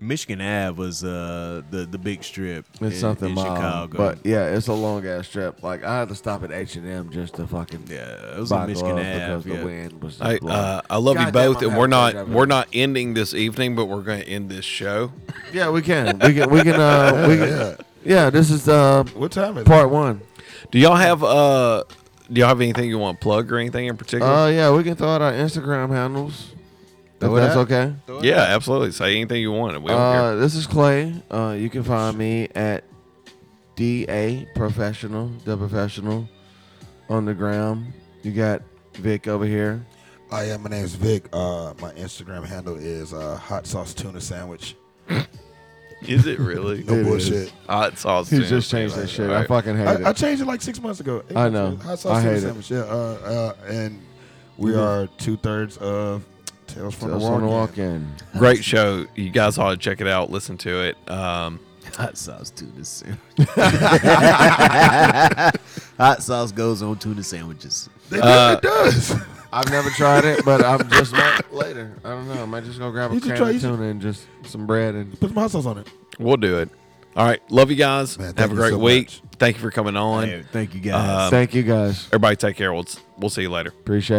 Michigan Ave was uh, the the big strip
it's
in,
something
in
mile.
Chicago.
But yeah, it's a long ass strip. Like I had to stop at H and M just to fucking
yeah, it was
buy
in
gloves
Michigan
because
Ave.
the
Yeah.
wind was. Just
I
blowing.
uh, I love you
God damn,
both,
I'm
and we're
having
not
trouble.
we're not ending this evening, but we're going to end this show.
Yeah, we can. We can. We can. Uh, we can yeah.
yeah.
this is uh,
What time is
part one.
Do y'all have uh do y'all have anything you want to plug or anything in particular?
Uh, yeah, we can throw out our Instagram handles. If
Throw it
that's
out.
okay.
yeah, absolutely. Say anything you want. and We don't
Uh,
care.
this is Clay. Uh, you can find me at da professional, the professional, on the gram. You got Vic over here.
it? Oh yeah, my name's Vic. Uh, my Instagram handle is uh, hot sauce tuna sandwich.
Is it really?
No
It is.
bullshit.
Hot sauce.
He
tuna
just changed that
sandwich.
shit.
All
I
right.
fucking hate
I, I
it.
changed it like six months ago. Eight
I
months
know.
ago. Hot sauce
I
tuna
hate it. Mm-hmm.
sandwich. Yeah, uh, uh, and we are two thirds of Tales from
Just
the
want
Walk.
to walk in.
Great show. You guys ought to check it out. Listen to it. Um,
Hot sauce tuna sandwich. Hot sauce goes on tuna sandwiches.
It, it does.
I've never tried it, but I'm just might later. I don't know. I might just go grab a
You should
can
try-
of
you should-
tuna and just some bread and
Put some hot sauce on it.
we'll do it. All right. Love you guys.
Man, thank
Have a
you
great
so
week.
much.
Thank you for coming on.
Hey, uh, thank you guys.
Um,
thank you guys.
Everybody take care. We'll, we'll see you later.
Appreciate.